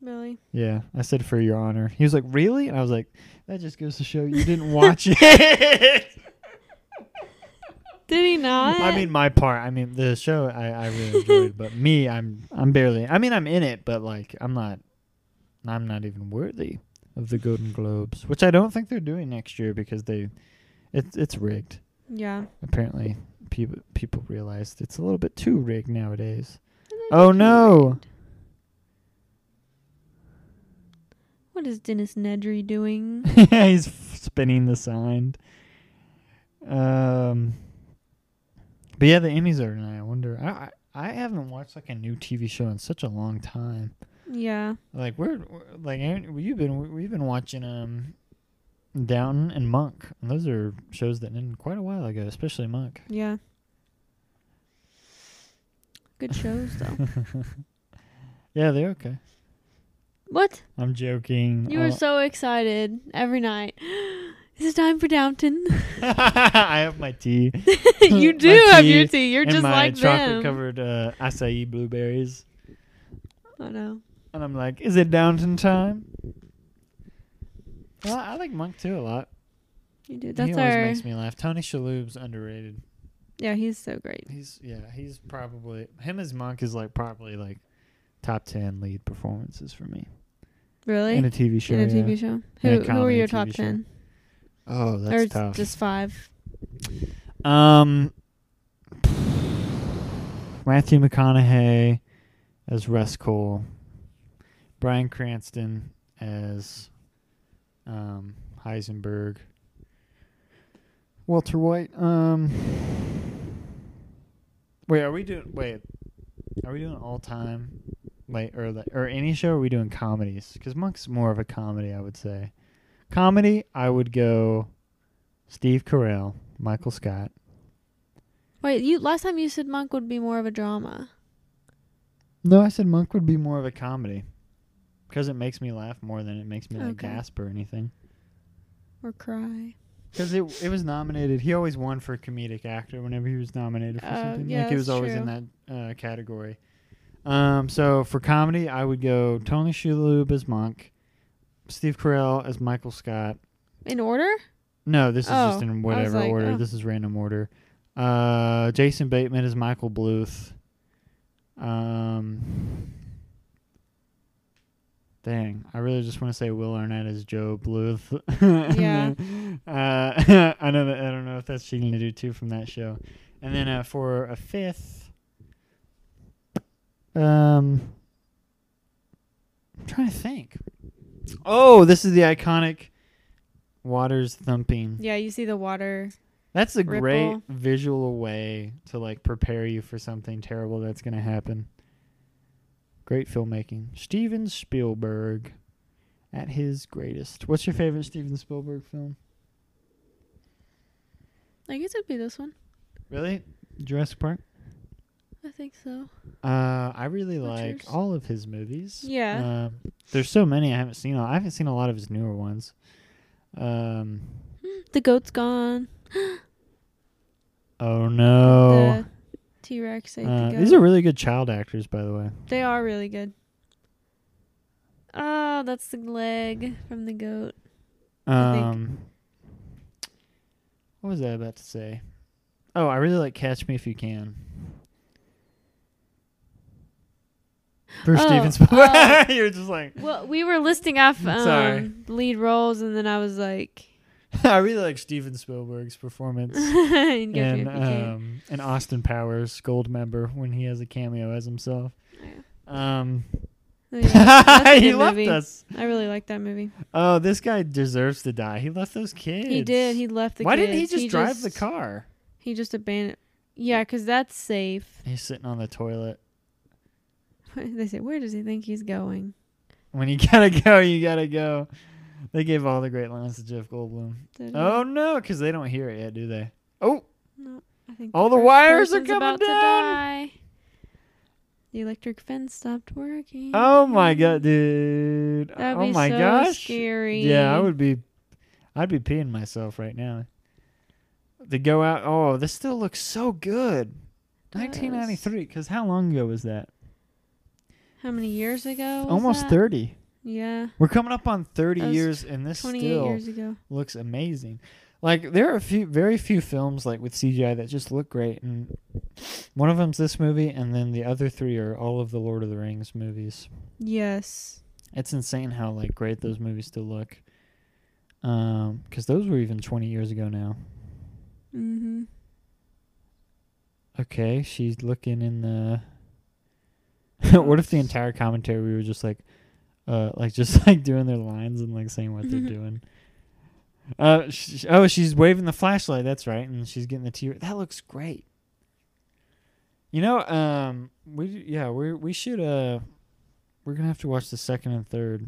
[SPEAKER 2] Really?
[SPEAKER 1] Yeah, I said for your honor. He was like, "Really?" And I was like, "That just goes to show you didn't watch it."
[SPEAKER 2] Did he not?
[SPEAKER 1] I mean, my part. I mean, the show I, I really enjoyed, but me, I'm I'm barely. I mean, I'm in it, but like, I'm not. I'm not even worthy of the Golden Globes, which I don't think they're doing next year because they, it's it's rigged.
[SPEAKER 2] Yeah.
[SPEAKER 1] Apparently, people people realized it's a little bit too rigged nowadays.
[SPEAKER 2] And I
[SPEAKER 1] Oh
[SPEAKER 2] think he
[SPEAKER 1] no!
[SPEAKER 2] rigged. What is Dennis Nedry doing?
[SPEAKER 1] He's f- spinning the sign. Um, but yeah, the Emmys are tonight. I wonder. I, I I haven't watched like a new TV show in such a long time.
[SPEAKER 2] yeah.
[SPEAKER 1] Like we're, we're- like Aaron, you've been we've been watching um, Downton and Monk. And those are shows that ended quite a while ago, especially Monk.
[SPEAKER 2] Yeah. Good shows though.
[SPEAKER 1] Yeah, they're okay.
[SPEAKER 2] what?
[SPEAKER 1] I'm joking.
[SPEAKER 2] You were
[SPEAKER 1] Oh.
[SPEAKER 2] so excited every night. Is it time for Downton?
[SPEAKER 1] I have my tea.
[SPEAKER 2] you
[SPEAKER 1] My
[SPEAKER 2] do have your
[SPEAKER 1] tea
[SPEAKER 2] tea. You're
[SPEAKER 1] and
[SPEAKER 2] just
[SPEAKER 1] my
[SPEAKER 2] like them.
[SPEAKER 1] chocolate covered uh, acai blueberries.
[SPEAKER 2] I know.
[SPEAKER 1] And I'm like, is it Downton time? Well, I like Monk too a lot.
[SPEAKER 2] You do.
[SPEAKER 1] he
[SPEAKER 2] That's
[SPEAKER 1] always
[SPEAKER 2] our.
[SPEAKER 1] makes me laugh. Tony Shalhoub's underrated.
[SPEAKER 2] yeah, he's so great.
[SPEAKER 1] He's yeah, he's probably him as Monk is like probably like top ten lead performances for me
[SPEAKER 2] Really?
[SPEAKER 1] in a TV show.
[SPEAKER 2] In a
[SPEAKER 1] yeah.
[SPEAKER 2] TV show.
[SPEAKER 1] In a
[SPEAKER 2] Who who are
[SPEAKER 1] comedy
[SPEAKER 2] your
[SPEAKER 1] TV
[SPEAKER 2] top
[SPEAKER 1] show.
[SPEAKER 2] ten?
[SPEAKER 1] Oh,
[SPEAKER 2] or
[SPEAKER 1] that's
[SPEAKER 2] s-
[SPEAKER 1] tough.
[SPEAKER 2] just five?
[SPEAKER 1] um, Matthew McConaughey as Russ Cole, Brian Cranston as um, Heisenberg, Walter White. Um, wait, are we doing? Wait, are we doing all time? Like or like, or any show? Are we doing comedies? Because Monk's more of a comedy, I would say. Comedy, I would go Steve Carell, Michael Scott.
[SPEAKER 2] Wait, you last time you said Monk would be more of a drama.
[SPEAKER 1] No, I said Monk would be more of a comedy because it makes me laugh more than it makes me like
[SPEAKER 2] Okay.
[SPEAKER 1] gasp or anything.
[SPEAKER 2] Or cry.
[SPEAKER 1] Because it it was nominated. He always won for comedic actor whenever he was nominated for
[SPEAKER 2] Oh,
[SPEAKER 1] something.
[SPEAKER 2] yeah,
[SPEAKER 1] like he was
[SPEAKER 2] that's
[SPEAKER 1] always in that uh, category. Um, so for comedy, I would go Tony Shalhoub as Monk, Steve Carell as Michael Scott.
[SPEAKER 2] In order?
[SPEAKER 1] No, this is just
[SPEAKER 2] Oh, I
[SPEAKER 1] in
[SPEAKER 2] was
[SPEAKER 1] whatever
[SPEAKER 2] like,
[SPEAKER 1] order.
[SPEAKER 2] oh.
[SPEAKER 1] This is random order. Uh, Jason Bateman is Michael Bluth. Um, dang, I really just want to say Will Arnett is Joe Bluth.
[SPEAKER 2] Yeah.
[SPEAKER 1] uh, I know that I don't know if that's cheating to do too from that show. And then uh, for a fifth, um, I'm trying to think. Oh, this is the iconic Waters thumping.
[SPEAKER 2] Yeah, you see the water.
[SPEAKER 1] That's a great
[SPEAKER 2] Ripple.
[SPEAKER 1] visual way to like prepare you for something terrible that's going to happen. Great filmmaking. Steven Spielberg at his greatest. What's your favorite Steven Spielberg film?
[SPEAKER 2] I guess it'd be this one.
[SPEAKER 1] Really? Jurassic Park?
[SPEAKER 2] I think so.
[SPEAKER 1] Uh, I really
[SPEAKER 2] What's
[SPEAKER 1] like
[SPEAKER 2] yours?
[SPEAKER 1] all of his movies.
[SPEAKER 2] Yeah.
[SPEAKER 1] Um, there's so many I haven't seen. I haven't seen a lot of his newer ones. Um,
[SPEAKER 2] The goat's gone.
[SPEAKER 1] oh no.
[SPEAKER 2] The T Rex ate
[SPEAKER 1] Uh,
[SPEAKER 2] the goat.
[SPEAKER 1] these are really good child actors, by the way.
[SPEAKER 2] they are really good. Oh, that's the leg from the goat. I think.
[SPEAKER 1] Um, what was I about to say? Oh, I really like Catch Me If You Can. For
[SPEAKER 2] Oh,
[SPEAKER 1] Steven Spielberg,
[SPEAKER 2] uh,
[SPEAKER 1] you're just like
[SPEAKER 2] Well, we were listing off um,
[SPEAKER 1] Sorry.
[SPEAKER 2] lead roles, and then I was like,
[SPEAKER 1] I really like Steven Spielberg's performance
[SPEAKER 2] and get
[SPEAKER 1] in
[SPEAKER 2] your PK.
[SPEAKER 1] um in Austin Powers Gold Member when he has a cameo as himself. Um,
[SPEAKER 2] Oh, yeah. That's a
[SPEAKER 1] he
[SPEAKER 2] good
[SPEAKER 1] left
[SPEAKER 2] movie.
[SPEAKER 1] us.
[SPEAKER 2] I really like that movie.
[SPEAKER 1] Oh, this guy deserves to die. He left those kids.
[SPEAKER 2] He did. He left the.
[SPEAKER 1] Why didn't he
[SPEAKER 2] kids.
[SPEAKER 1] just drive the
[SPEAKER 2] just-
[SPEAKER 1] car?
[SPEAKER 2] He just abandoned. Yeah, because that's safe.
[SPEAKER 1] He's sitting on the toilet.
[SPEAKER 2] they say, where does he think he's going?
[SPEAKER 1] When you gotta go, you gotta go. They gave all the great lines to Jeff Goldblum.
[SPEAKER 2] Did he-
[SPEAKER 1] Oh no, because they don't hear it yet, do they? Oh,
[SPEAKER 2] no! I think
[SPEAKER 1] all the
[SPEAKER 2] first
[SPEAKER 1] wires are
[SPEAKER 2] person's
[SPEAKER 1] coming
[SPEAKER 2] about to
[SPEAKER 1] down.
[SPEAKER 2] die. The electric fence stopped working.
[SPEAKER 1] oh my god, dude!
[SPEAKER 2] Mm-hmm. That'd
[SPEAKER 1] oh
[SPEAKER 2] be
[SPEAKER 1] my
[SPEAKER 2] so
[SPEAKER 1] gosh!
[SPEAKER 2] scary.
[SPEAKER 1] Yeah, I would be. I'd be peeing myself right now. They go out. Oh, this still looks so good.
[SPEAKER 2] Does.
[SPEAKER 1] 1993. Because how long ago was that?
[SPEAKER 2] How many years ago? was
[SPEAKER 1] Almost
[SPEAKER 2] that?
[SPEAKER 1] 30.
[SPEAKER 2] Yeah,
[SPEAKER 1] We're coming up on 30
[SPEAKER 2] That was
[SPEAKER 1] years, and this
[SPEAKER 2] twenty-eight
[SPEAKER 1] still
[SPEAKER 2] years ago.
[SPEAKER 1] looks amazing. Like there are a few, very few films like with CGI that just look great, and one of them's this movie, and then the other three are all of the Lord of the Rings movies.
[SPEAKER 2] Yes.
[SPEAKER 1] It's insane how like great those movies still look. Um, because those were even twenty years ago now.
[SPEAKER 2] Mm-hmm.
[SPEAKER 1] Okay, she's looking in the. what if the entire commentary we were just like, uh, like just like doing their lines and like saying what they're doing. Uh, sh- sh- oh, she's waving the flashlight. That's right, and she's getting the tear. That looks great. You know, um, we yeah we we should uh, we're gonna have to watch the second and third.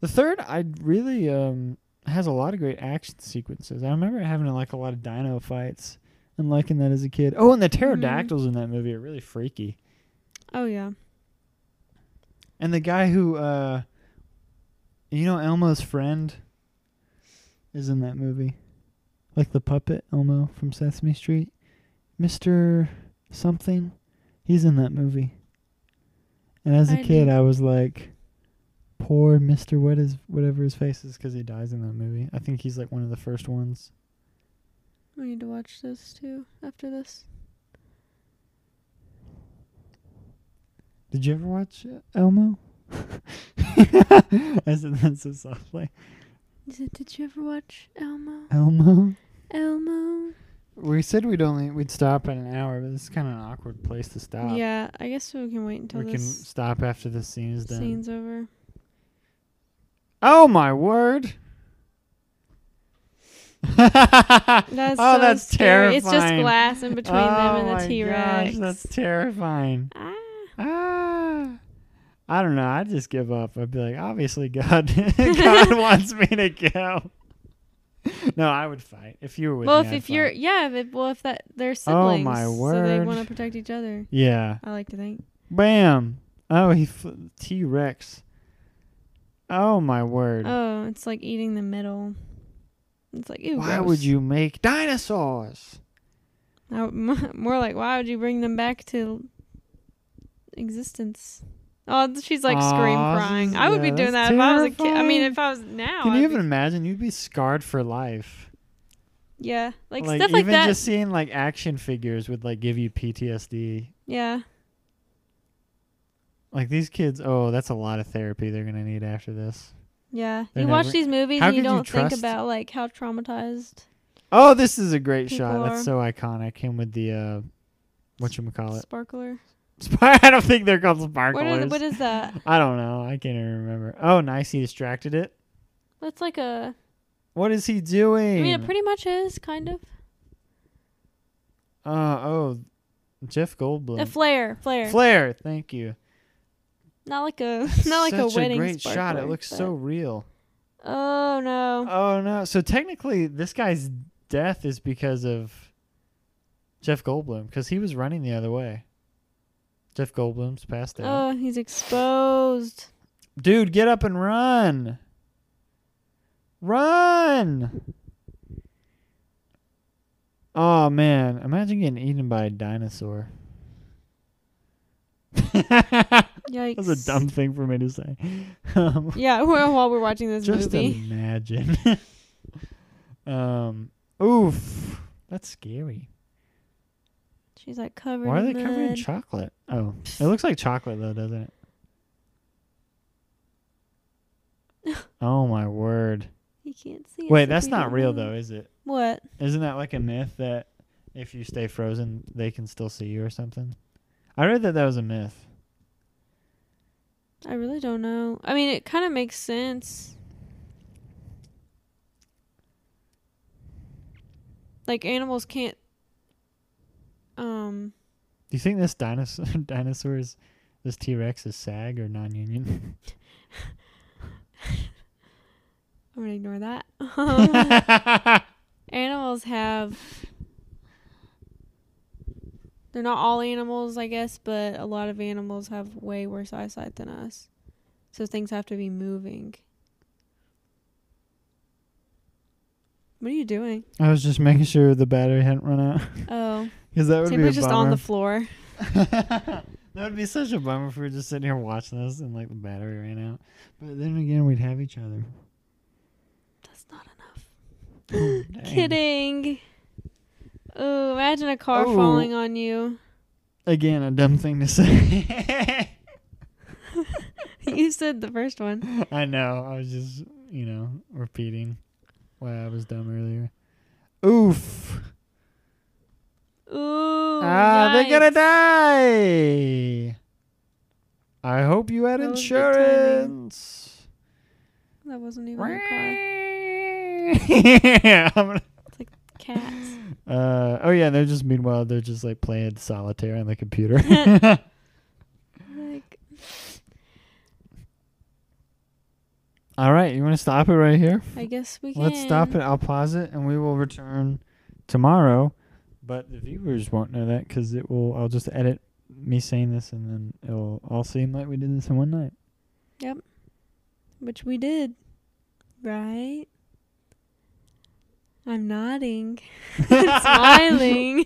[SPEAKER 1] The third, I really um has a lot of great action sequences. I remember having like a lot of dino fights and liking that as a kid. Oh, and the pterodactyls in that movie are really freaky.
[SPEAKER 2] Oh yeah.
[SPEAKER 1] And the guy who, uh, you know, Elmo's friend is in that movie. Like the puppet Elmo from Sesame Street. Mr. something. He's in that movie. And as a
[SPEAKER 2] I
[SPEAKER 1] kid,
[SPEAKER 2] didn't-
[SPEAKER 1] I was like, poor Mr. What is, whatever his face is, because he dies in that movie. I think he's like one of the first ones.
[SPEAKER 2] We need to watch this too after this.
[SPEAKER 1] Did you ever watch uh, Elmo? I said that so softly.
[SPEAKER 2] Is it- Did you ever watch Elmo?
[SPEAKER 1] Elmo?
[SPEAKER 2] Elmo.
[SPEAKER 1] We said we'd only we'd stop at an hour, but this is kind of an awkward place to stop.
[SPEAKER 2] Yeah, I guess we can wait until
[SPEAKER 1] we can
[SPEAKER 2] this
[SPEAKER 1] stop after the scene is done.
[SPEAKER 2] scene's over.
[SPEAKER 1] Oh my word! that's
[SPEAKER 2] That's
[SPEAKER 1] oh,
[SPEAKER 2] so
[SPEAKER 1] that's
[SPEAKER 2] scary.
[SPEAKER 1] terrifying.
[SPEAKER 2] It's just glass in between them
[SPEAKER 1] Oh
[SPEAKER 2] and
[SPEAKER 1] my
[SPEAKER 2] the T Rex.
[SPEAKER 1] gosh, That's terrifying.
[SPEAKER 2] ah.
[SPEAKER 1] Ah. I don't know. I'd just give up. I'd be like, obviously, God, God wants me to go. No, I would fight if you were with
[SPEAKER 2] Well,
[SPEAKER 1] me.
[SPEAKER 2] if,
[SPEAKER 1] I'd
[SPEAKER 2] if you're
[SPEAKER 1] fight.
[SPEAKER 2] yeah, if it, well if that they're
[SPEAKER 1] Oh,
[SPEAKER 2] siblings,
[SPEAKER 1] my
[SPEAKER 2] so they
[SPEAKER 1] word.
[SPEAKER 2] want to protect each other.
[SPEAKER 1] yeah,
[SPEAKER 2] I like to think.
[SPEAKER 1] Bam! Oh, he fl- T Rex. Oh my word!
[SPEAKER 2] Oh, it's like eating the middle. It's like ew.
[SPEAKER 1] Why
[SPEAKER 2] gross.
[SPEAKER 1] would you make dinosaurs?
[SPEAKER 2] I would- more like why would you bring them back to existence? Oh, th- she's like scream
[SPEAKER 1] Aw,
[SPEAKER 2] crying.
[SPEAKER 1] she's-
[SPEAKER 2] I would
[SPEAKER 1] yeah,
[SPEAKER 2] be doing
[SPEAKER 1] that's
[SPEAKER 2] that if I was a kid. I mean,
[SPEAKER 1] terrifying.
[SPEAKER 2] if Oh, I was now,
[SPEAKER 1] Can
[SPEAKER 2] I'd
[SPEAKER 1] you
[SPEAKER 2] be-
[SPEAKER 1] even imagine? You'd be scarred for life.
[SPEAKER 2] yeah, like, stuff like
[SPEAKER 1] even
[SPEAKER 2] that.
[SPEAKER 1] just seeing like action figures would like give you PTSD.
[SPEAKER 2] yeah,
[SPEAKER 1] Like these kids, oh, that's a lot of therapy they're gonna need after this.
[SPEAKER 2] yeah.
[SPEAKER 1] They're
[SPEAKER 2] you watch
[SPEAKER 1] never-
[SPEAKER 2] these movies
[SPEAKER 1] How
[SPEAKER 2] and you
[SPEAKER 1] could you
[SPEAKER 2] don't think
[SPEAKER 1] trust-
[SPEAKER 2] about like how traumatized
[SPEAKER 1] Oh, this is a great shot.
[SPEAKER 2] People
[SPEAKER 1] That's
[SPEAKER 2] are-
[SPEAKER 1] so iconic. Him with the uh, what you call it?
[SPEAKER 2] Sparkler.
[SPEAKER 1] I don't think they're called sparklers.
[SPEAKER 2] What is, what is that?
[SPEAKER 1] I don't know. I can't even remember. Oh, nice. He distracted it.
[SPEAKER 2] That's like a.
[SPEAKER 1] What is he
[SPEAKER 2] I
[SPEAKER 1] doing?
[SPEAKER 2] mean, it pretty much is kind of
[SPEAKER 1] uh, oh, Jeff Goldblum.
[SPEAKER 2] a flare, flare.
[SPEAKER 1] Flare, Thank you.
[SPEAKER 2] not like a, not like
[SPEAKER 1] Such
[SPEAKER 2] a wedding.
[SPEAKER 1] great shot. It
[SPEAKER 2] sparkler,
[SPEAKER 1] looks
[SPEAKER 2] but- Um,
[SPEAKER 1] so real.
[SPEAKER 2] Oh no.
[SPEAKER 1] Oh no. So technically, this guy's death is because of Jeff Goldblum because he was running the other way. Jeff Goldblum's passed out.
[SPEAKER 2] Oh, he's exposed.
[SPEAKER 1] Dude, get up and run. Run. Oh man, imagine getting eaten by a dinosaur. That's
[SPEAKER 2] Yikes.
[SPEAKER 1] a dumb thing for me to say. Um,
[SPEAKER 2] Yeah, well, while we're watching this
[SPEAKER 1] just
[SPEAKER 2] movie.
[SPEAKER 1] imagine. um, oof, that's scary.
[SPEAKER 2] She's like covered
[SPEAKER 1] Why are
[SPEAKER 2] in
[SPEAKER 1] they covered in
[SPEAKER 2] mud.
[SPEAKER 1] chocolate? Oh, it looks like chocolate though, doesn't it? oh my word!
[SPEAKER 2] You can't see it,
[SPEAKER 1] Wait,
[SPEAKER 2] so
[SPEAKER 1] that's
[SPEAKER 2] we
[SPEAKER 1] not
[SPEAKER 2] don't
[SPEAKER 1] real
[SPEAKER 2] know.
[SPEAKER 1] though, is it?
[SPEAKER 2] What?
[SPEAKER 1] Isn't that like a myth that if you stay frozen, they can still see you or something? I read that that was a myth.
[SPEAKER 2] I really don't know. I mean, it kind of makes sense. Like animals can't um
[SPEAKER 1] Do you think this dinosaur, dinosaurs, this T Rex is SAG or non-union?
[SPEAKER 2] I'm going to ignore that. animals have they're not all animals i guess but a lot of animals have way worse eyesight than us so things have to be moving what are you doing
[SPEAKER 1] I was just making sure the battery hadn't run out.
[SPEAKER 2] oh
[SPEAKER 1] Because that would be a
[SPEAKER 2] Tampa's just on the floor
[SPEAKER 1] bummer. that would be such a bummer if we were just sitting here watching this and like the battery ran out. But then again, we'd have each other.
[SPEAKER 2] that's not enough
[SPEAKER 1] Dang.
[SPEAKER 2] kidding oh imagine a car
[SPEAKER 1] Oh.
[SPEAKER 2] falling on you
[SPEAKER 1] Again, a dumb thing to say.
[SPEAKER 2] you said the first one.
[SPEAKER 1] I know. I was just, you know, repeating why I was dumb earlier. Oof.
[SPEAKER 2] Ooh.
[SPEAKER 1] ah, they're
[SPEAKER 2] yikes.
[SPEAKER 1] gonna die. I hope you had
[SPEAKER 2] That was good timing.
[SPEAKER 1] insurance.
[SPEAKER 2] That wasn't even a car.
[SPEAKER 1] yeah, I'm gonna-
[SPEAKER 2] Cats.
[SPEAKER 1] uh, oh yeah, they're just meanwhile they're just like playing solitaire on the computer.
[SPEAKER 2] Like,
[SPEAKER 1] All right, you want to stop it right here?
[SPEAKER 2] I guess we can.
[SPEAKER 1] Let's stop it. I'll pause it, and we will return tomorrow. But the viewers won't know that because it will. I'll just edit me saying this, and then it'll all seem like we did this in one night.
[SPEAKER 2] Which we did. Right? I'm nodding. Smiling.